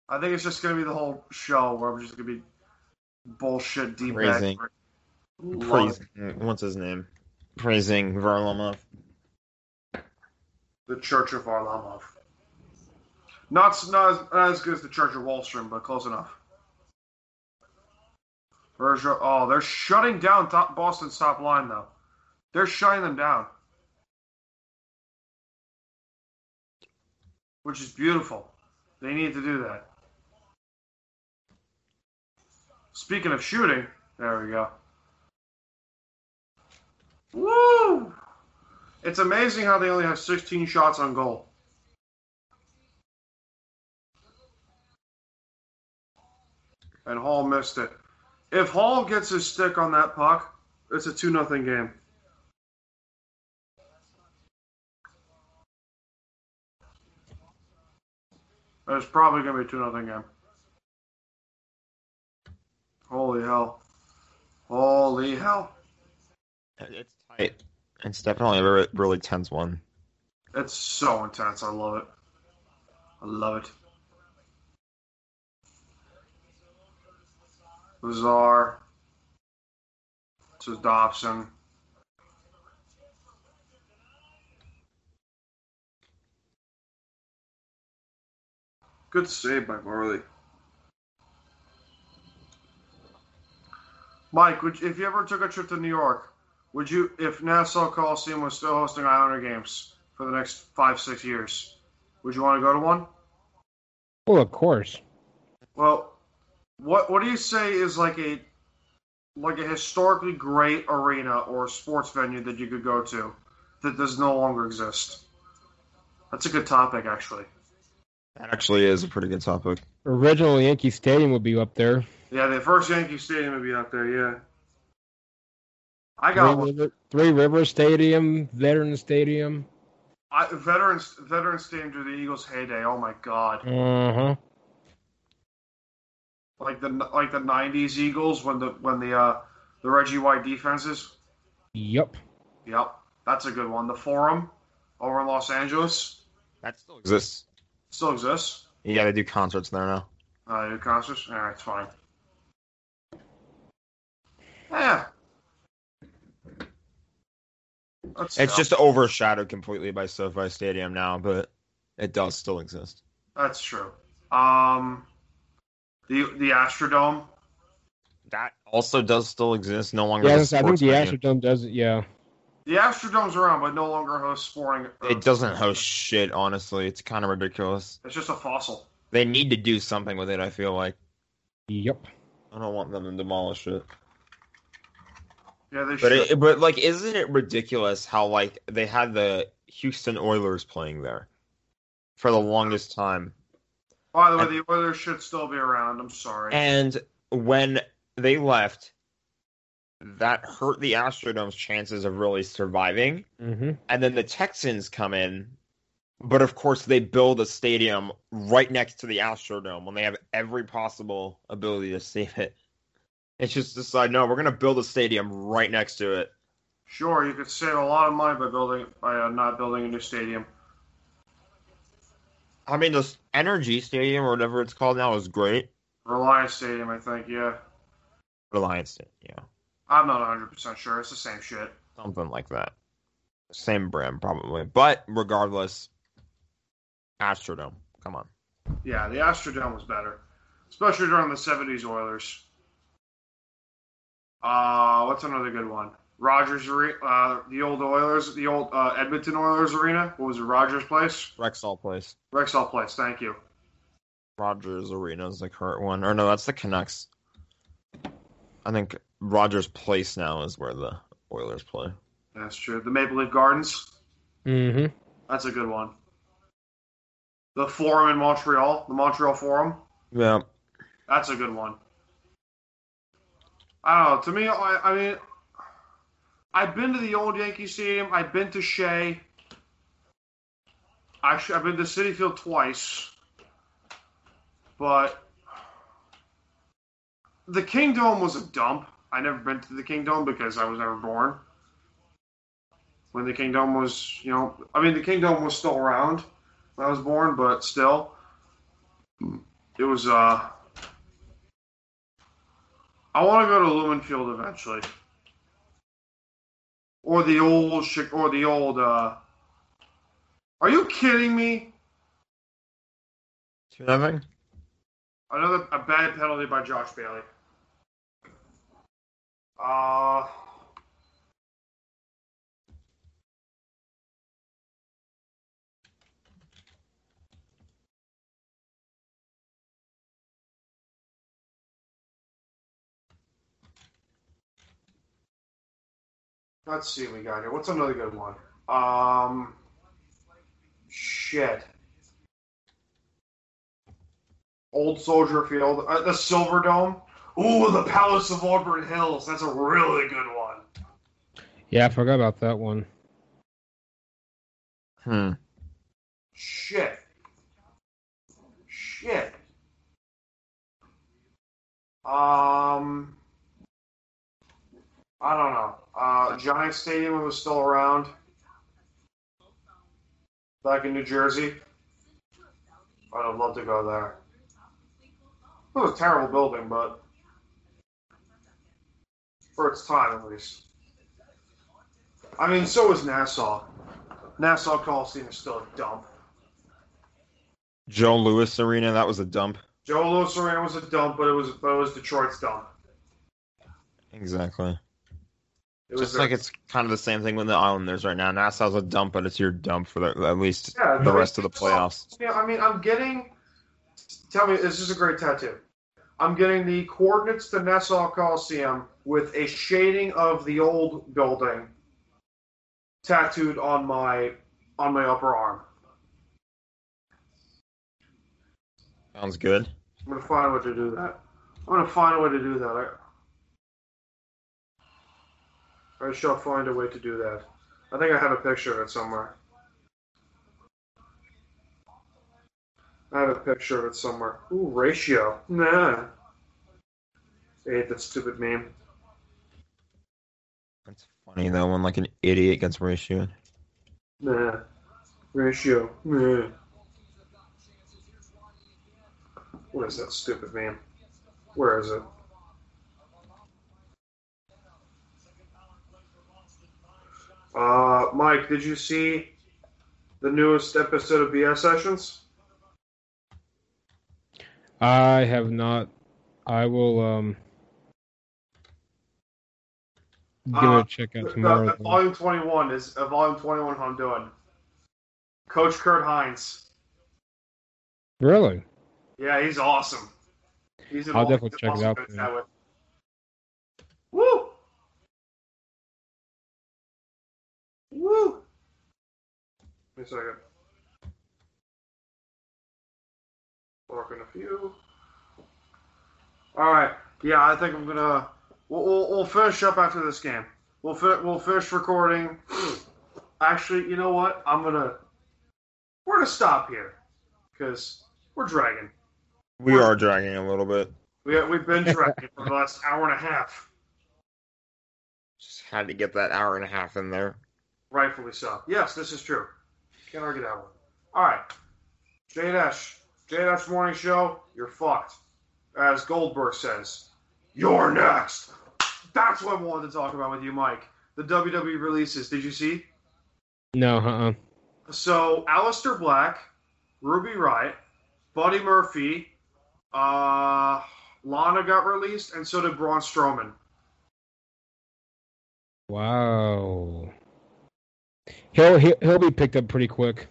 E: I think it's just gonna be the whole show where I'm just gonna be bullshit deep
G: Praising. Praising. What's his name? Praising Varlamov.
E: the Church of Varlamov. Not s- not as, not as good as the Church of Wallstrom, but close enough. Where's your- oh, they're shutting down top, Boston's top line though. They're shutting them down, which is beautiful. They need to do that. Speaking of shooting, there we go. Woo! It's amazing how they only have 16 shots on goal. And Hall missed it. If Hall gets his stick on that puck, it's a 2 0 game. It's probably going to be a 2 0 game. Holy hell. Holy hell.
G: It's tight. It's definitely a re- really tense one.
E: It's so intense. I love it. I love it. Lazar to Dobson. Good save by Marley. Mike, would you, if you ever took a trip to New York, would you, if Nassau Coliseum was still hosting Islander games for the next five, six years, would you want to go to one?
H: Well, of course.
E: Well, what what do you say is like a like a historically great arena or sports venue that you could go to that does no longer exist? That's a good topic, actually.
G: That actually is a pretty good topic.
H: Original Yankee Stadium would be up there.
E: Yeah, the first Yankee Stadium would be out there. Yeah, I got
H: Three,
E: one.
H: River, Three River Stadium, Veterans Stadium.
E: I, veterans Veterans Stadium to the Eagles' heyday. Oh my God!
H: Uh huh.
E: Like the like the '90s Eagles when the when the uh, the Reggie White defenses.
H: Yep.
E: Yep, that's a good one. The Forum over in Los Angeles
G: That still exists.
E: still exists.
G: Yeah, they do concerts there now.
E: Uh, your concerts? All right, it's fine. Yeah. That's
G: It's just overshadowed completely by SoFi Stadium now, but it does still exist.
E: that's true. Um, the the Astrodome.
G: That also does still exist. No longer.
H: Yeah, I,
G: a
H: was gonna say, I think
G: sports
H: the
G: venue.
H: Astrodome does it. Yeah.
E: The Astrodome's around, but no longer hosts sporting.
G: It doesn't host shit. Honestly, it's kind of ridiculous.
E: It's just a fossil.
G: They need to do something with it. I feel like
H: Yep.
G: I don't want them to demolish it.
E: Yeah, they
G: But
E: should.
G: it, but like, isn't it ridiculous how like they had the Houston Oilers playing there for the longest time,
E: By the way, the Oilers should still be around. I'm sorry.
G: and when they left, that hurt the Astrodome's chances of really surviving.
H: Mm-hmm.
G: And then the Texans come in But of course, they build a stadium right next to the Astrodome when they have every possible ability to save it. It's just decide, no, we're going to build a stadium right next to it.
E: Sure, you could save a lot of money by building by uh, not building a new stadium.
G: I mean, this Energy Stadium or whatever it's called now is great.
E: Reliance Stadium, I think. Yeah,
G: Reliance Stadium, yeah,
E: I'm not 100 percent sure. It's the same shit.
G: something like that. Same brand, probably. But regardless, Astrodome, come on.
E: Yeah, the Astrodome was better, especially during the 70s Oilers. Uh, what's another good one? Rogers, Are- uh, the old Oilers, the old uh, Edmonton Oilers Arena. What was it, Rogers Place?
G: Rexall Place.
E: Rexall Place. Thank you.
G: Rogers Arena is the current one. Or no, that's the Canucks. I think Rogers Place now is where the Oilers play.
E: That's true. The Maple Leaf Gardens.
H: Mm-hmm.
E: That's a good one. The Forum in Montreal, the Montreal Forum.
G: Yeah.
E: That's a good one. I don't know. To me, I, I mean, I've been to the old Yankee Stadium. I've been to Shea. I sh- I've been to City Field twice. But the Kingdom was a dump. I never been to the Kingdom because I was never born. When the Kingdom was, you know, I mean, the Kingdom was still around when I was born, but still, it was, uh, I want to go to Lumenfield eventually, or the old Chi- or the old. Uh... Are you kidding me?
G: Two nothing.
E: Another a bad penalty by Josh Bailey. Uh, let's see what we got here. What's another good one? Um, shit. Old Soldier Field, uh, the Silver Dome. Ooh, the Palace of Auburn Hills. That's a really good one.
H: Yeah, I forgot about that one.
G: Hmm.
E: Shit. Shit. Um, I don't know. Uh, Giant Stadium was still around back in New Jersey. I'd have loved to go there. It was a terrible building, but for its time, at least. I mean, so was Nassau. Nassau Coliseum is still a dump.
G: Joe Lewis Arena, that was a dump.
E: Joe Louis Arena was a dump, but it was but it was Detroit's dump.
G: Exactly.
E: It was
G: Just like
E: their-
G: it's kind of the same thing with the Islanders right now. Nassau's a dump, but it's your dump for the, at least
E: Yeah,
G: the
E: I mean,
G: rest of the playoffs.
E: Yeah, I mean, I'm getting. Tell me, this is a great tattoo. I'm getting the coordinates to Nassau Coliseum with a shading of the old building tattooed on my on my upper arm.
G: Sounds good.
E: I'm gonna find a way to do that. I'm gonna find a way to do that. I, I shall find a way to do that. I think I have a picture of it somewhere. I have a picture of it somewhere. Ooh, ratio. Nah. I hate that stupid meme.
G: It's funny though when like an idiot gets ratioed.
E: Nah. Ratio. Nah. What is that stupid meme? Where is it? Uh, Mike, did you see the newest episode of BS Sessions?
H: I have not. I will um give it
E: Uh,
H: a check
E: The-
H: out
E: the-
H: tomorrow.
E: the volume 21 is uh, volume 21 how I'm doing. Coach Kurt Hines.
H: Really?
E: Yeah, he's awesome. He's an
H: I'll
E: awesome-
H: definitely check it
E: awesome
H: out,
E: coach
H: man.
E: that way. Woo! Woo! Wait a second. Working a few. All right. Yeah, I think I'm gonna. We'll, we'll, we'll finish up after this game. We'll fi- we'll finish recording. Actually, you know what? I'm gonna we're gonna stop here because we're dragging.
G: We are dragging a little bit.
E: We we've been dragging for the last hour and a half.
G: Just had to get that hour and a half in there.
E: Rightfully so. Yes, this is true. Can't argue that one. All right. J Dash. J Dash Morning Show, you're fucked. As Goldberg says, you're next. That's what I wanted to talk about with you, Mike. The WWE releases. Did you see?
H: No, uh-uh.
E: So, Aleister Black, Ruby Riot, Buddy Murphy, uh, Lana got released, and so did Braun Strowman.
H: Wow. He'll, he'll he'll be picked up pretty quick.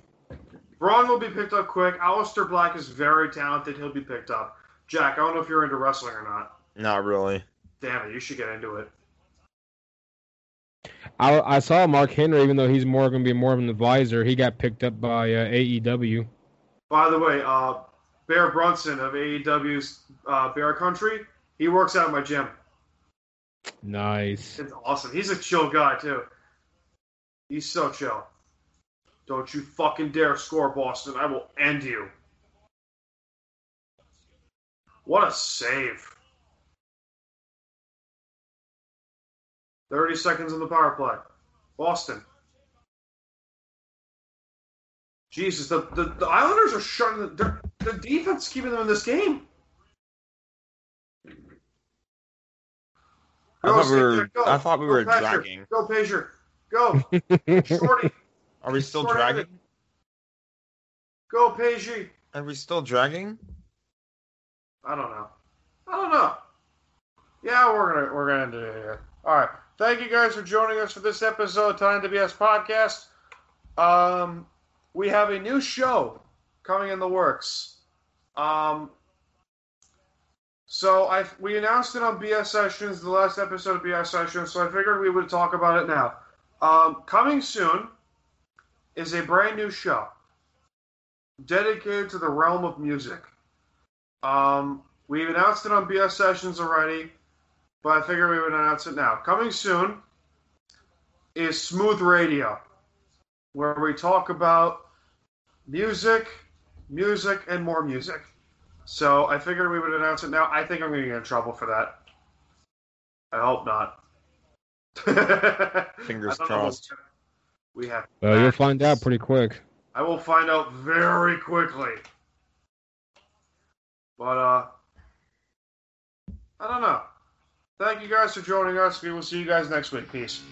E: Braun will be picked up quick. Aleister Black is very talented. He'll be picked up. Jack, I don't know if you're into wrestling or not.
G: Not really.
E: Damn it, you should get into it.
H: I I saw Mark Henry, even though he's more going to be more of an advisor. He got picked up by uh, AEW.
E: By the way, uh, Bear Brunson of AEW's uh, Bear Country, he works out at my gym.
H: Nice.
E: It's awesome. He's a chill guy too. He's so chill. Don't you fucking dare score, Boston. I will end you. What a save. 30 seconds on the power play. Boston. Jesus, the, the, the Islanders are shutting the, they're- the defense keeping them in this game.
G: I
E: Go,
G: thought we were.
E: Cynthia, go.
G: I thought we
E: Go,
G: were
E: Patrick.
G: dragging.
E: Go, Pager. Go. Shorty.
G: Are we still
E: Sort of.
G: dragging?
E: Go, Pager.
G: Are we still dragging?
E: I don't know. I don't know. Yeah, we're gonna we're gonna do it here. All right. Thank you guys for joining us for this episode of Time to BS podcast. Um, we have a new show coming in the works. Um, so I we announced it on BS Sessions, the last episode of BS Sessions. So I figured we would talk about it now. Um, coming soon is a brand new show dedicated to the realm of music. Um, we've announced it on BS Sessions already, but I figure we would announce it now. Coming soon is Smooth Radio, where we talk about music, music, and more music. So I figured we would announce it now. I think I'm going to get in trouble for that. I hope not.
G: Fingers
E: I don't know what's
G: crossed.
E: gonna- We have.
H: Well, you'll find out pretty quick.
E: I will find out very quickly. But uh I don't know. Thank you guys for joining us. We will see you guys next week. Peace.